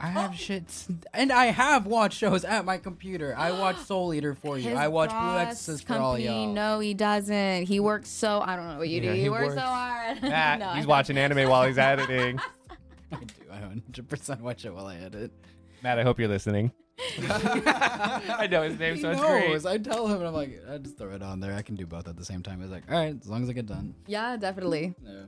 B: I have shit, s- and I have watched shows at my computer. I watched Soul Eater for you.
A: His
B: I watched Blue
A: boss
B: Exorcist for all y'all.
A: No, he doesn't. He works so I don't know what you do.
D: Yeah,
A: he,
D: he
A: works, so
D: works-
A: hard.
C: Matt,
A: No,
C: he's
A: I-
C: watching anime while he's editing.
B: I do. I 100 percent watch it while I edit.
C: Matt, I hope you're listening. I know his name,
B: He
C: so it's
B: knows.
C: great.
B: I tell him, and I'm like, I just throw it on there. I can do both at the same time. It's like, all right, as long as I get done.
A: Yeah, definitely.
B: Yeah.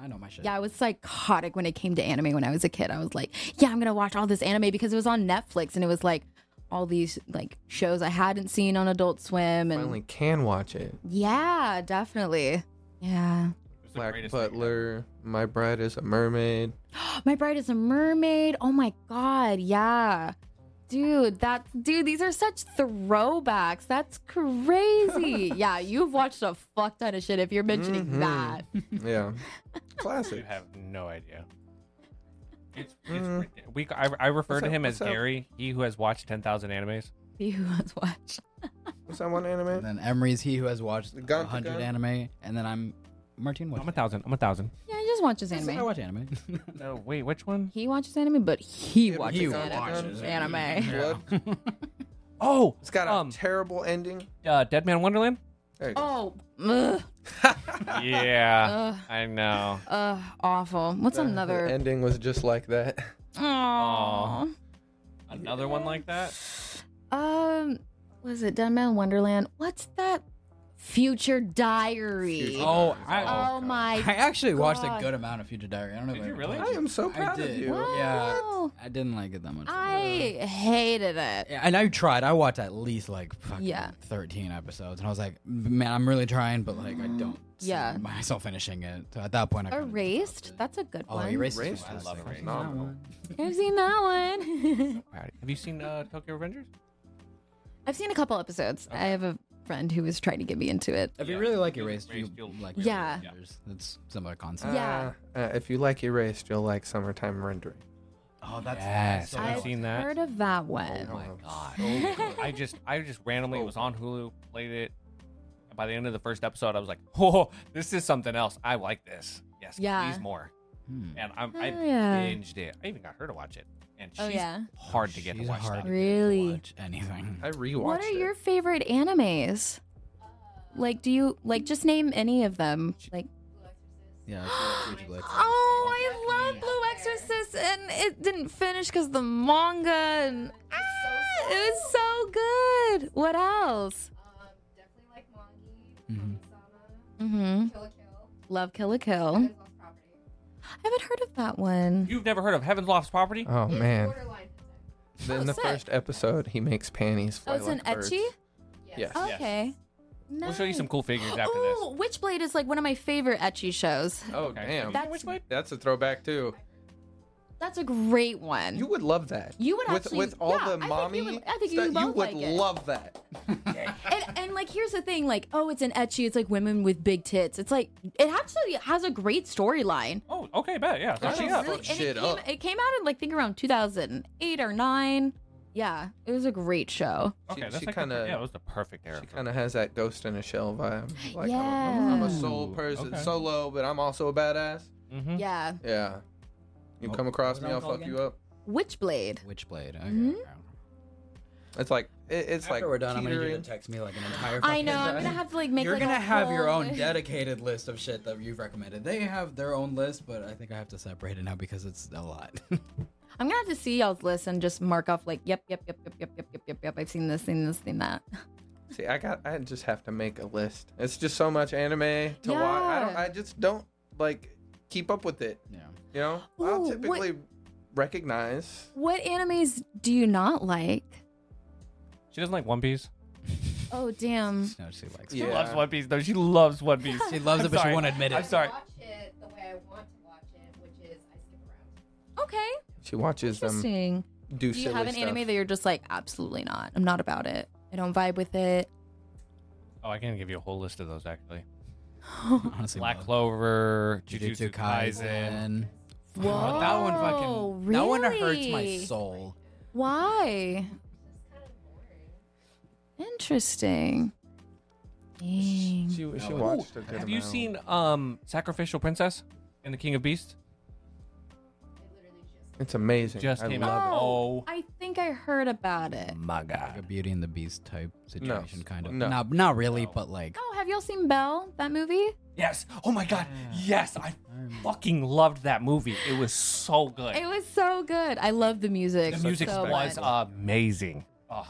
B: I know my shit.
A: Yeah, I was psychotic when it came to anime when I was a kid. I was like, yeah, I'm gonna watch all this anime because it was on Netflix and it was like all these like shows I hadn't seen on Adult Swim and
D: Finally, can watch it.
A: yeah, definitely. Yeah.
C: It's the
D: Black
C: greatest thing ever.
D: Butler, My Bride is a Mermaid.
A: My Bride is a Mermaid. Oh my god, yeah. Dude, that dude, these are such throwbacks. That's crazy. yeah, you've watched a fuck ton of shit if you're mentioning
D: Mhm.
A: that.
D: Yeah,
C: You
D: classic.
C: have no idea. It's, it's
D: Mm.
C: ridiculous. we. I, I refer
D: What's
C: to
D: up?
C: him as
D: What's up?
C: Gary. He who has watched ten thousand animes.
A: See who has watched.
D: What's that one anime?
B: And then Emery's he who has watched
D: The Gun to
B: 100
D: Gun?
B: anime, and then I'm Martin. Watch
C: I'm a thousand. I'm a thousand.
A: Yeah, he just watches
B: I
A: anime.
B: watch anime.
C: No, wait, which one?
A: He watches anime, but he
D: but
A: watches
D: he
A: anime.
D: watches
A: anime.
D: Blood.
C: Oh,
D: It's got a
C: um,
D: terrible ending.
C: uh, Dead Man Wonderland.
D: There you go.
A: Oh, ugh,
D: Ah.
C: yeah,
A: ugh,
C: I know.
A: ugh, awful. What's
D: The- the
A: another?
D: ending was just like that.
A: Aww.
C: Another one like that.
A: Um, was it Dead Man Wonderland? What's that? Future Diary.
D: Future
B: oh, I,
A: Oh, my
B: I actually watched a
A: God.
B: good amount of Future Diary. I don't know.
C: Did
B: if
C: you
B: I
C: really?
B: told
D: I am so
B: I
D: proud of
B: did.
D: you.
A: Wow.
B: Yeah, I didn't like it that much.
A: I hated it.
B: Yeah, and I tried. I watched at least like fucking
A: Yeah.
B: 13 episodes, and I was like, man, I'm really trying, but like I don't. see
A: Yeah.
B: myself finishing it. So at that point, I kinda
A: Erased.
B: just dropped
A: That's a good
B: it. Oh,
A: one.
B: erased.
D: Erased
B: I
D: was
B: love
D: fucking
B: erased.
D: phenomenal.
A: I've seen that one.
C: Alright, Have you seen uh, Tokyo Revengers?
A: I've seen a couple episodes. I have a friend who was trying to get me into it.
B: If
C: Yeah.
B: you really like
C: If you
B: erased, you
C: erased, you'll-
B: like
A: Yeah.
B: Erased. That's similar concept.
A: Yeah.
D: Uh, uh, if you like Erased, you'll like Summertime Rendering.
B: Oh, that's
C: Yes,
B: so
C: I've
B: much-
C: seen that.
A: Heard of that one?
B: Oh my god.
C: I just, I just randomly was on Hulu, played it. And by the end of the first episode, I was like, "Oh, this is something else. I like this. Yes,
A: Yeah.
C: please more."
B: Hmm.
C: And I'm, I
A: Hell yeah.
C: binged it. I even got her to watch it, and she's
A: oh yeah.
C: hard to get
B: She's
C: to watch
B: hard
C: that.
B: to get to
A: Really?
B: watch anything.
D: I rewatched
A: What are
D: it.
A: your favorite animes? Like, do you like just name any of them? Like,
B: Yeah.
A: oh, I love Blue Exorcist, and it didn't finish because the manga and ah, it was so good. What else?
E: Um, definitely like Mongi,
B: Mhm.
E: Kami-sama,
A: Mm-hmm.
E: Kill la Kill,
A: Love Kill a Kill.
E: Heaven's Lost Property.
A: I haven't heard of that one.
C: You've never heard of Heaven's Lost
A: Uh,
C: Property?
D: Oh
E: It's
D: man!
E: borderline consent.
B: Oh,
D: In the
A: sick.
D: first episode, he makes panties fly
A: Oh, it's an
D: like birds.
A: etchy. Oh.
E: Yes.
D: Yes.
C: Yes.
A: Okay. Nice.
C: We'll show you some cool figures after this.
A: Oh, Witchblade is like one of my favorite etchy shows.
D: Oh
C: Okay. Have you seen
D: damn!
A: That's-
C: Witchblade?
D: That's a throwback too.
A: That's a great one.
D: You would love that.
A: You would
D: with
A: actually-
D: with all
A: yeah, I
D: the
A: think you
D: mommy.
A: would- I think you
D: stuff,
A: would both
D: would
A: like it.
D: love that.
A: and, and like here's the thing like oh it's an etchy it's like women with big tits it's like it actually has a great storyline
C: Oh, okay, bet. Yeah,
D: That's
C: search it
A: It
D: Yeah.
C: up.
A: really-
D: Fuck
A: and
D: shit
A: it, came,
D: up.
A: it came out in like think around 2008 or 9 yeah it was a great show
C: Okay,
D: She-
C: that's
D: she
C: like the per-
D: kinda-
C: yeah, that was the perfect era.
D: She
C: for-
D: kind of has that ghost in a shell vibe. Like I'm, a- I'm a
A: Yeah.
D: soul
C: Ooh,
D: person,
C: okay.
D: solo, but I'm also a badass.
C: Mhm.
A: yeah
D: Yeah.
C: Oh.
D: You
B: What-
D: come across
B: what was
D: me,
B: that
D: I'll
B: called
D: fuck you up.
A: witchblade
B: Witchblade. Okay.
A: Mhm.
B: okay.
D: It's like it, it's
B: After
D: like
B: we're done, I'm gonna need you
D: teetering.
B: to text me like an entire.
A: i
B: fucking-
A: know i'm gonna have to like make
B: You're
A: like,
B: gonna
A: a
B: have your
A: whole
B: own
A: list.
B: dedicated list of shit that you've recommended. They have their own list, but I think I have to separate it now because it's a lot.
A: i'm gonna have to see y'all's list and just mark off like yep yep yep yep yep yep yep yep yep i've seen this seen this seen that
D: See, I got I just have to make a list. It's just so much anime to watch. I don't
A: Yeah.
D: I just don't like keep up with it,
B: yeah.
D: you know?
A: Ooh,
D: I'll
A: what-
D: typically recognize
A: what animes do you not like
C: She doesn't like One Piece.
A: oh damn
B: No, she likes.
C: She
D: Yeah.
C: loves One Piece, though. She loves One Piece.
B: She loves
C: I'm
B: it, but
C: sorry.
B: she won't admit it.
C: I'm sorry.
E: watch it the way I want to watch it, which is I skip around.
A: okay
D: She watches them
A: interesting
D: um,
A: do
D: do, silly
A: you have an
D: stuff.
A: anime that you're just like absolutely not i'm not about it i don't vibe with it
C: Oh, I can give you a whole list of those actually.
B: Honestly,
C: Black
B: no.
C: Clover,
B: Jujutsu
C: Jujutsu Kaisen.
B: Kaisen.
A: Whoa,
B: that one fucking. That one hurts my
A: really?
B: soul.
A: Why?
E: It's kind of boring.
A: Interesting.
D: She,
A: Dang.
D: she
B: Ooh,
D: watched a good
C: Have you
D: amount.
C: seen um Sacrificial Princess and the King of Beasts?
E: I literally just
D: It's amazing.
C: Just
D: I
C: came
D: love
C: out.
D: it.
C: Oh
A: I think I heard about it.
C: my
B: Like a
C: god.
B: Beauty and the Beast type situation, kind of.
D: No.
B: Not, not really,
C: No.
B: but like.
A: Oh, have y'all seen Belle? That movie?
C: Yes. Oh my god. Yes. I fucking loved that movie. It was so good.
A: It was so good. I love the music.
C: The music
A: so
C: was
A: much.
C: amazing. Oh,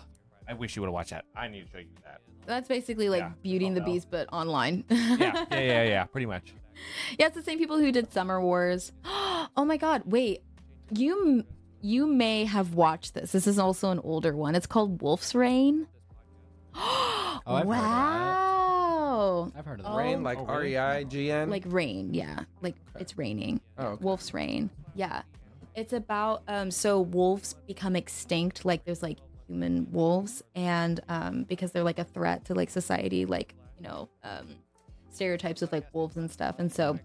C: I wish you would have watched that. I need to show you that.
A: That's basically like
C: Yeah.
A: Beauty and the
C: Oh, no.
A: Beast, but online.
C: Yeah, yeah, yeah, yeah. Pretty much.
A: yeah, it's the same people who did Summer Wars. oh my God! Wait, you m- you may have watched this. This is also an older one. It's called Wolf's Rain. oh,
B: I've heard of that.
A: wow!
B: I've heard of
A: Oh.
B: that.
D: Rain like
C: Oh,
D: R
C: really?
D: E I G N.
A: Like rain, yeah. Like it's raining.
D: oh, okay.
A: Wolf's rain. Yeah. It's about um so wolves become extinct, like there's like human wolves and um because they're like a threat to like society, like, you know, um stereotypes with like wolves and stuff. And so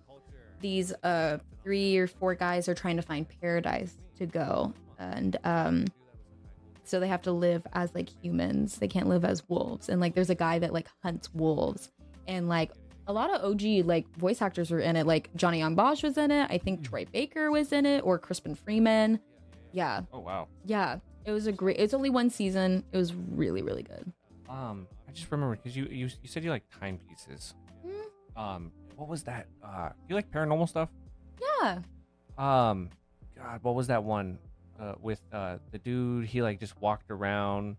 A: these uh three or four guys are trying to find paradise to go and um so they have to live as like humans they can't live as wolves and like there's a guy that like hunts wolves and like a lot of og like voice actors were in it like johnny young bosch was in it i
C: Hmm.
A: think troy baker was in it or crispin freeman yeah
C: Oh wow.
A: yeah it was a great it's only one season it was really really good
C: Um, I just remember because you, you you said you like timepieces. Um, what was that? Uh, you like paranormal stuff?
A: yeah
C: Um, God, what was that one? Uh, with uh the dude, he like just walked around,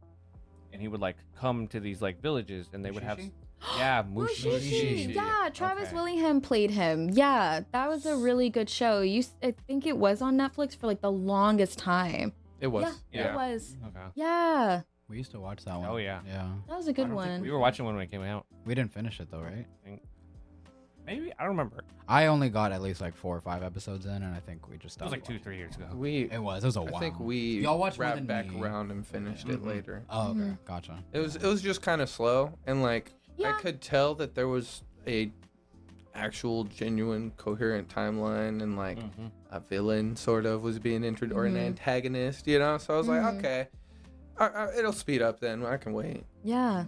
C: and he would like come to these like villages, and they would have,
B: Mushishi?
C: yeah,
A: Mushishi.
C: Mushishi.
A: Oh, Yeah, Travis
C: Okay.
A: Willingham played him. Yeah, that was a really good show. You, s- I think it was on Netflix for like the longest time.
D: it was.
A: Yeah,
C: Yeah.
A: it was.
C: Okay.
A: Yeah,
B: We used to watch that one.
C: Oh, yeah.
B: Yeah.
A: that was a
C: I
A: good
C: don't think-
A: one.
C: We were watching one when it came out.
B: We didn't finish it though, right?
C: Maybe I don't remember.
B: I only got at least like four or five episodes in, and I think we just
C: It was
B: stopped.
C: like two,
B: watching.
C: three years ago.
D: We
B: It was. It was a
D: I
B: while.
D: think we
B: Y'all watched more
D: wrapped
B: than
D: back
B: me.
D: around and finished it
B: Mhm.
D: later.
B: Oh, okay.
C: Mm-hmm.
A: Mhm.
B: Gotcha.
D: It was it was just kind of slow and like
A: yeah,
D: I could tell that there was a actual genuine coherent timeline and like
C: Mhm.
D: a villain sort of was being introduced or an
B: Mm-hmm.
A: Mhm.
D: antagonist, you know? So I was like,
A: Mhm.
D: okay. I, I, it'll speed up then. I can wait.
A: yeah,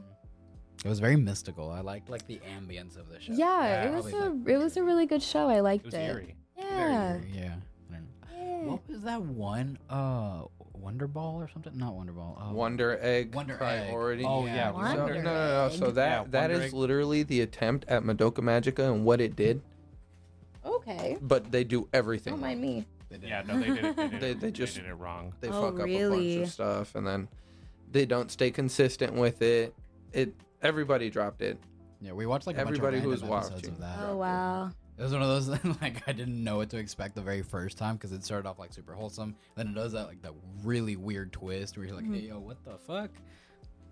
B: It was very mystical. I liked like the ambience of the show.
A: yeah.
C: Yeah,
A: it was
B: probably,
A: a,
B: like,
A: it was a really good show. I liked
C: It
A: it.
C: was eerie.
A: Yeah.
B: Very- yeah. I don't know.
A: yeah.
B: What was that one? Uh, Wonder Ball or something? Not Wonder Ball. Uh,
D: Wonder egg
B: Wonder Egg.
D: priority.
C: Oh
B: Yeah.
C: yeah.
D: So, no,
A: Wonder
D: no, no, no. So
A: Egg.
D: that
C: Yeah,
D: that
C: Wonder
D: is
C: Egg.
D: literally the attempt at Madoka Magica and what it did,
A: Okay.
D: but they do everything.
B: Oh
A: Don't mind
D: wrong.
A: me.
B: They did.
C: Yeah, no, they did it. They, did
D: They-
C: it,
D: they just-
C: did it wrong.
D: They
A: Oh,
D: fuck up a bunch
A: really?
D: of stuff and then they don't stay consistent with it. It everybody dropped it.
B: Yeah, we watched like a
D: Everybody
B: bunch
D: who
B: of
D: was
B: random episodes
D: watching.
B: of that.
A: Oh wow.
B: It was one of those like I didn't know what to expect the very first time because it started off like super wholesome, then it does that like that really weird twist where you're
C: Mm-hmm.
B: like,
A: Mhm.
B: hey, yo, what the fuck?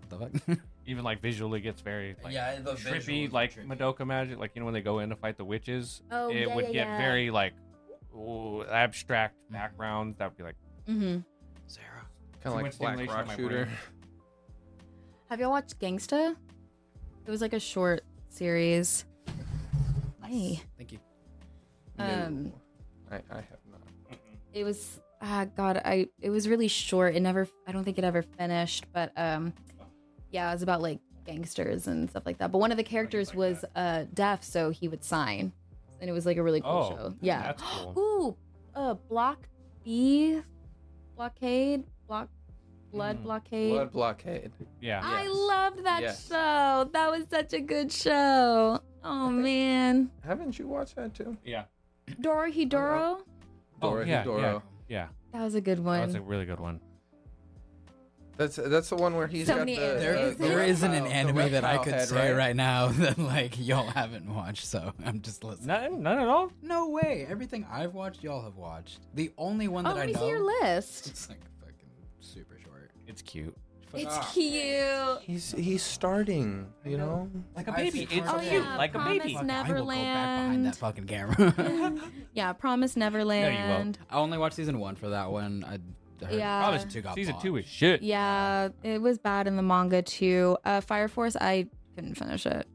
B: What the fuck?
C: Even like visually gets very like
B: yeah, the
C: trippy, like Madoka magic. Like you know when they go in to fight the witches,
A: Oh
C: it
A: yeah,
C: would
A: yeah,
C: get
A: yeah.
C: very like ooh, abstract background, that would be like
A: hmm
B: Sarah.
C: Too
D: Kind of
C: much
D: like Black
C: stimulation on
D: Rock
C: my
D: Shooter.
C: brain.
A: Have y'all watched Gangsta? It was like a short series. Hey.
B: Thank you.
A: Um,
D: No. I, I have not.
A: it was ah god i it was really short it never i don't think it ever finished but um yeah it was about like gangsters and stuff like that but one of the characters
C: like
A: was uh deaf so he would sign and it was like a really cool
C: Oh,
A: show yeah
C: that's cool.
A: ooh uh block b blockade block blood
C: Mm,
A: blockade
D: Blood Blockade.
C: Yeah.
A: i
D: yes.
A: loved that
D: Yes.
A: show that was such a good show oh man
D: Haven't you watched that too?
C: Yeah.
A: doro hidoro
C: Oh,
D: Dora
C: yeah,
D: Hedoro.
C: yeah. Yeah. Oh,
A: that was a good one
C: That's a really good one.
D: That's that's the one where he's
A: So
D: got
A: many
D: the, uh,
A: animes.
B: There,
D: the-
A: Is
D: the
B: there
A: it-
B: isn't an
D: reptile- the
B: anime that I
D: reptile
B: could
D: head,
B: say right? now that like y'all haven't watched, so I'm just listening.
C: None, none at all.
B: No way. Everything I've watched, y'all have watched. The only one
A: oh
B: that
A: let
B: I
A: me
B: know.
A: see your list
B: It's like fucking super short.
C: It's cute.
A: It's
B: Ah.
A: cute.
D: He's he's starting, you know.
C: Like a
B: I
C: baby.
B: see
C: It's
B: cartoons.
A: Oh,
C: cute.
A: yeah,
C: Like a baby.
A: Promise
B: I will go back behind that fucking camera.
A: Yeah, Promise Neverland.
B: I only watched season one for that one. I I heard
A: Yeah. Promise
B: two got
C: Season
B: bought.
C: two is shit.
A: Uh, Yeah, it was bad in the manga too. Uh, Fire Force, I couldn't finish it.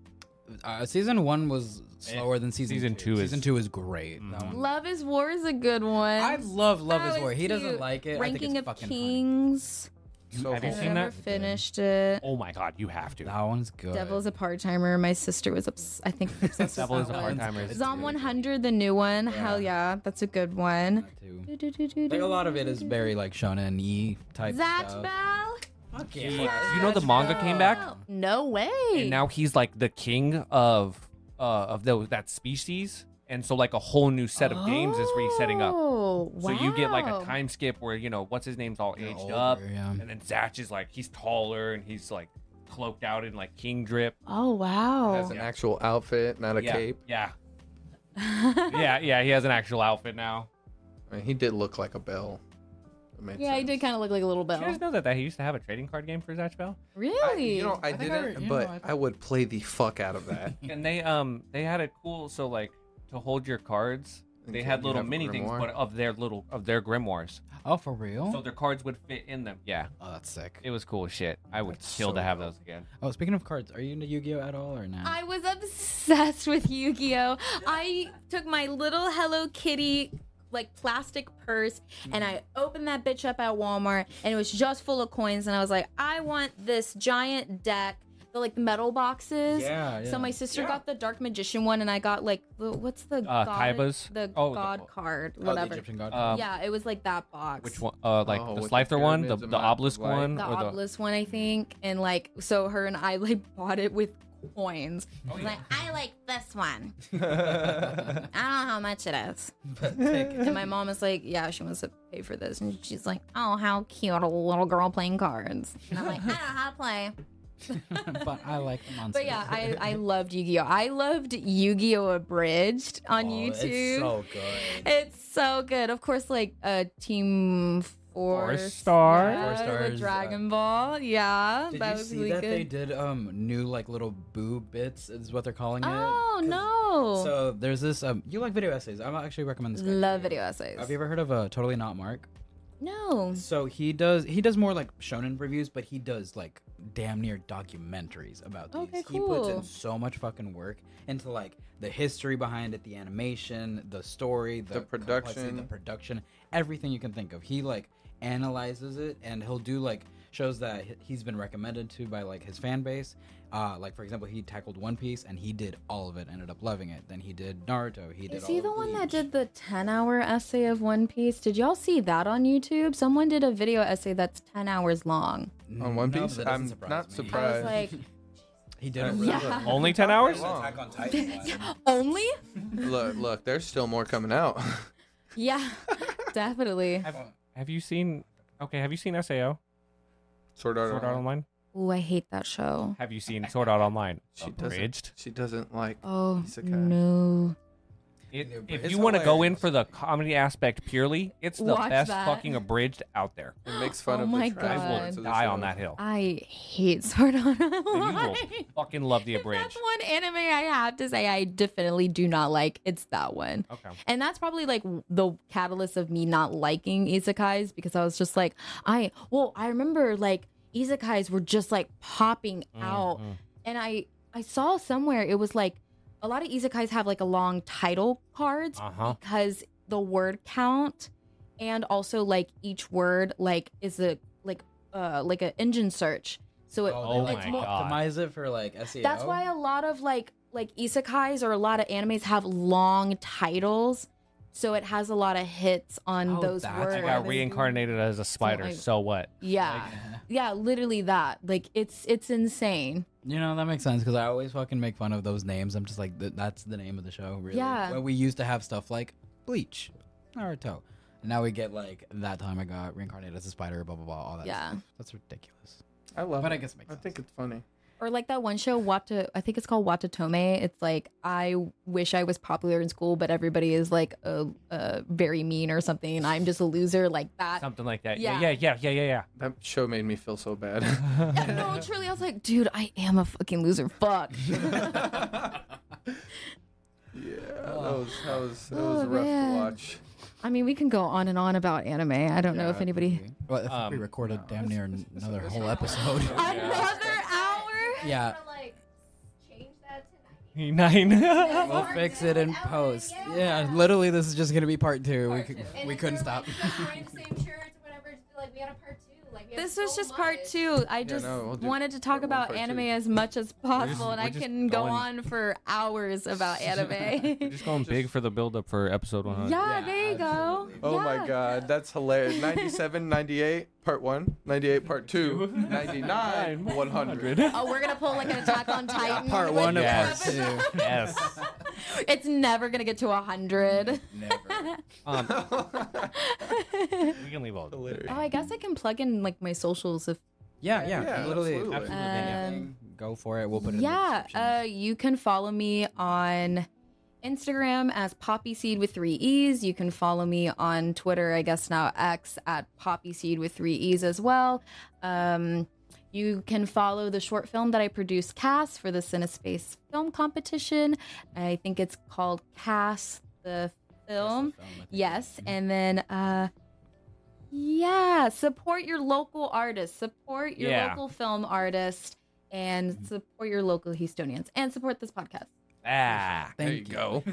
B: Uh, season one was slower than season
C: Eh, Season
B: two.
C: two is-
B: season two is great. That
C: Mhm.
B: one-
A: Love is War is a good one.
B: I love Love
A: That
B: Is
A: was
B: War. He doesn't
A: cute.
B: like it. I think
A: Ranking
B: it's
A: of
B: fucking
A: Kings.
D: So
C: Have you
A: I
C: seen
A: never
C: that?
A: finished it.
C: Oh my god, you have to.
B: funny. That one's good.
A: Devil is a part timer. My sister was obs- I think obsessed
C: Devil
A: with
C: is a
A: that
C: part
A: one.
C: timer.
B: It's
A: Zom
B: really
A: 100, the new one. Hell yeah, that's a good one.
B: good. That too. Like a lot of it is very uh, like shonen y type
A: Zach
B: stuff.
A: Bell?
B: Fuck
C: He-
B: yeah.
C: you know the manga came back,
A: No, no way.
C: and now he's like the king of uh of those that species, and so like a whole new set of games is resetting up.
A: Oh,
C: So you get like
A: wow.
C: a time skip where you know what's his name's all
B: You're
C: aged
B: older,
C: up,
B: yeah.
C: and then Zach is like he's taller and he's like cloaked out in like king drip.
A: Oh wow.
D: Has an actual outfit, not a
C: yeah,
D: cape.
C: Yeah, yeah, yeah. He has an actual outfit now.
D: I mean, he did look like a bell. That made
A: yeah, he did
D: sense.
A: kind of look like a little
C: Did you
A: bell.
C: guys know that, that he used to have a trading card game for Zatch Bell?
D: I,
A: Really?
D: you know, I,
B: I think I
D: didn't,
B: re- you
D: but
B: know, I-
D: I would play the fuck out of that.
A: Mm.
C: And they um they had a cool so like to hold your cards. They
D: Until
C: had
D: you
C: little
D: have a
C: mini things,
D: grimoire.
C: but of their little of their grimoires,
B: Oh, for real?
C: so their cards would fit in them. Yeah,
B: oh, that's sick.
C: it was cool shit. I would
D: That's
C: kill
D: so
C: to have
D: dope.
C: those again.
B: Oh, speaking of cards, are you into Yu-Gi-Oh at all or not?
A: I was obsessed with Yu-Gi-Oh. I took my little Hello Kitty like plastic purse and I opened that bitch up at Walmart and it was just full of coins and I was like, I want this giant deck, the like metal boxes.
B: yeah, yeah.
A: So my sister got the Dark Magician one and I got like the, what's the
C: Uh,
A: god
C: Kaiba's?
A: the
C: Oh, the-
A: god card
B: oh,
A: whatever.
B: The Egyptian god.
C: Uh, Um,
A: yeah, it was like that box.
C: Which one? Uh, like
D: Oh,
C: the
D: with the
C: Slyther one, the,
D: pyramids and
C: the
D: map
C: obelisk
D: of, like-
C: one,
A: the
C: or the
A: obelisk one, I think. And like, so her and I like bought it with coins. I was Like, I like this one. Oh, I don't know how much it is. And my mom is like, yeah, she wants to pay for this. And she's like, oh, how cute a little girl playing cards. And I'm like, I don't know how to play.
B: but I like the monster.
A: But yeah, I, I loved Yu Gi Oh! I loved Yu Gi Oh! Abridged on YouTube.
B: Oh, It's so good.
A: It's so good. Of course, like uh, Team Four,
C: Force Star.
A: yeah,
B: Four
A: the
B: Stars,
A: Dragon Ball. Yeah,
B: uh, Did
A: that
B: you
A: was
B: see
A: really
B: that
A: good.
B: they did um new like little boo bits is what they're calling it?
A: oh
B: 'Cause-
A: no!
B: So there's this um you like video essays. I'm actually recommend this. guy to
A: Love
B: you.
A: video essays.
B: Have you ever heard of uh, Totally Not Mark?
A: No.
B: So he does he does more like shonen reviews, but he does like damn near documentaries about these.
A: Okay,
B: He puts in
A: cool.
B: so much fucking work into like the history behind it, the animation, the story, the,
D: The
B: complexity, the
D: production.
B: production, everything you can think of. He like analyzes it, and he'll do like shows that h- he's been recommended to by like his fan base. Uh, like for example, he tackled One Piece, and he did all of it, ended up loving it. Then he did Naruto. He did.
A: Is
B: all
A: he
B: of
A: the one that did
B: Bleach.
A: the 10 hour essay of One Piece? Did y'all see that on YouTube? Someone did a video essay that's 10 hours long.
D: On One
B: No,
D: Piece?
B: but that doesn't
D: I'm
B: surprise
D: not
B: me.
A: I was
D: surprised.
A: like,
B: He did. it
D: I'm
B: really
A: Yeah.
B: well.
C: only ten hours.
D: Wow.
B: Attack on Titan. last.
A: only?
D: look, look, there's still more coming out.
A: Yeah, definitely.
C: Have you seen? Okay, have you seen Sao
D: Sword Art.
C: Sword Art
D: Online.
C: Online?
A: Ooh, I hate that show.
C: Have you seen Sword Art Online?
D: She doesn't.
C: Abridged.
D: She doesn't like.
A: Oh,
D: Isekai.
A: no.
C: It,
B: They're
C: if
B: brave.
C: you
B: It's
C: want to go in
B: hilarious.
C: for the comedy aspect purely, it's the
A: Watch
C: best
A: that.
C: fucking abridged out there.
F: It makes fun
A: Oh
F: of
A: my
F: the tribal
A: God.
F: parts of the
C: Die
F: show.
C: on that hill.
A: I hate Sword Art
C: And you
A: Online.
C: will fucking love the
A: If that's
C: abridged.
A: one anime I have to say I definitely do not like. It's that one.
C: Okay.
A: And that's probably like the catalyst of me not liking isekais because I was just like, I, well, I remember like isekais were just like popping out.
C: Mhm.
A: And I, I saw somewhere it was like a lot of isekais have like a long title cards
C: Uh-huh.
A: because the word count and also like each word like is a like uh like an engine search so it,
C: Oh
A: it's
C: my
A: more,
C: God.
B: Optimize it for like E SEO.
A: that's why a lot of like like isekais or a lot of animes have long titles so it has a lot of hits on
B: Oh,
A: those
B: that's
A: words
C: I
B: why
C: got
B: they-
C: reincarnated as a spider.
A: I-
C: So what?
A: yeah yeah literally that like it's it's insane
B: You know that makes sense because I always fucking make fun of those names. I'm just like, "Th- that's the name of the show, really.
A: Yeah.
B: When we used to have stuff like Bleach, Naruto, and now we get like that time I got reincarnated as a spider, blah blah blah, all that.
A: Yeah.
B: stuff. that's ridiculous.
D: I love
B: But I
D: it.
B: guess it makes
D: I
B: sense.
D: think it's funny.
A: or like that one show wata i think it's called watatome it's like i wish i was popular in school but everybody is like a, a very mean or something i'm just a loser like that
C: Something like that.
A: Yeah.
C: Yeah. Yeah. Yeah. Yeah. Yeah.
D: That show made me feel so bad.
A: no truly i was like dude i am a fucking loser fuck
D: yeah, that was that was, that
A: Oh,
D: was rough
A: man.
D: to watch.
A: i mean we can go on and on about anime i don't know if anybody
B: Well, if we
C: Um,
B: recorded damn near
D: It's- it's-
B: another
D: it's-
B: whole episode.
A: another hour
B: Yeah.
E: Or, like, change that to
C: Nine.
E: 90.
B: We'll
E: Or
B: fix
E: do
B: it in
E: out there,
B: post.
E: yeah.
B: Yeah, literally, this is just gonna be part two.
A: Part
B: we could,
A: two.
E: And
B: we
E: if
B: couldn't
E: they're,
B: stop.
E: like, wearing the same shirts or whatever, just be like, we had a part two. Like, we had
A: this
E: so
A: was just part
E: much.
A: two. I just
D: no, we'll do
A: wanted to talk
D: part one,
A: about
D: part two.
A: anime as much as possible,
C: just-
A: and
C: we're
A: I
C: just
A: can go
C: going-
A: on for hours about anime.
C: Just going big for the build up for episode 100.
A: yeah,
B: Yeah,
A: there you go.
B: absolutely.
D: Oh
A: Yeah.
D: my god, that's hilarious. 97, 98, part 1, 98, part 2, 99, 100.
A: Oh, we're gonna pull like an Attack on Titan.
B: Part
A: with
B: one
A: this
B: of part
C: Yes.
B: two.
C: Yes.
A: episode. It's never gonna get to a hundred.
B: Never.
C: Um, we can leave all this.
A: Oh, I guess I can plug in like my socials if
B: Yeah, yeah,
D: Yeah,
B: literally,
D: absolutely.
B: absolutely
A: Um,
B: anything. Go for it. We'll put it.
A: yeah,
B: in the
A: uh, you can follow me on Instagram as Poppy Seed with three E's. You can follow me on Twitter, I guess now X at Poppy Seed with three E's as well. Um, you can follow the short film that I produced, Cass, for the Cinespace Film Competition. I think it's called Cass the Film. Yes,
C: Mm-hmm.
A: and then uh yeah, support your local artists, support your
C: Yeah. Mm-hmm.
A: local film artist and support your local Houstonians and support this podcast.
C: Ah.
B: Thank
D: There you go.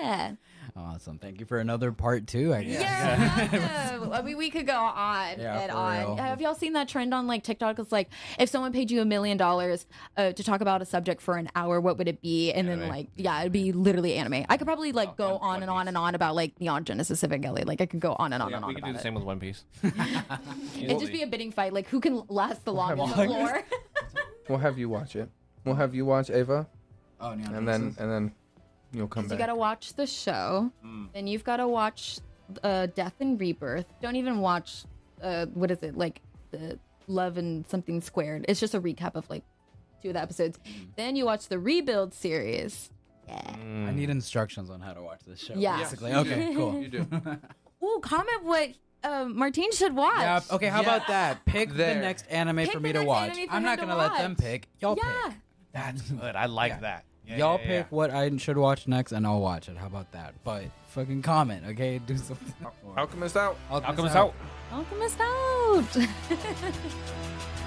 A: Yeah.
B: awesome. Thank you for another part two. I guess.
A: Yeah. I mean, we could go on
B: Yeah,
A: and
B: for
A: on.
B: real.
A: Have y'all seen that trend on like TikTok? It's like if someone paid you a million dollars uh, to talk about a subject for an hour, what would it be? And then
C: Anime.
A: like, yeah, it'd be literally anime. I could probably like
C: Oh,
A: go on
C: One-
A: and
C: One
A: on
C: Piece.
A: and on about like Neon Genesis Evangelion. Like I could go on and on
C: Yeah,
A: and on
C: we could do
A: about
C: the
A: it.
C: same with One Piece.
A: It'd just be a bidding fight, like who can last the longest on the floor.
D: We'll have you watch it. We'll have you watch Ava
B: Oh, Neon
D: and then
B: Genesis.
D: and then you'll come
A: you
D: back.
A: gotta watch the show,
B: Mm.
A: then you've gotta watch uh, Death and Rebirth. Don't even watch uh, what is it like the Love and something squared. It's just a recap of like two of the episodes.
B: Mm.
A: Then you watch the Rebuild series. Yeah.
D: um,
C: Mm.
B: I need instructions on how to watch this show.
A: Yeah.
B: Basically.
D: Yeah.
B: Okay. Cool.
D: You do.
A: Ooh, comment what uh, Martine should watch.
B: Yeah, okay, how about that? Pick the
D: There.
B: next anime
A: Pick
B: for
A: the
B: me to
A: next
B: watch.
A: anime for
B: I'm
A: him
B: not
A: to
B: gonna let them
A: watch.
B: pick. Y'all
A: Yeah.
B: pick. That's
C: Good. I like
B: Yeah.
C: that. Yeah,
B: Y'all
C: yeah,
B: pick
C: yeah.
B: what I should watch next, and I'll watch it. How about that? But fucking comment, okay? Do something.
D: Alchemist out.
B: Alchemist
C: Alchemist out.
A: Alchemist out.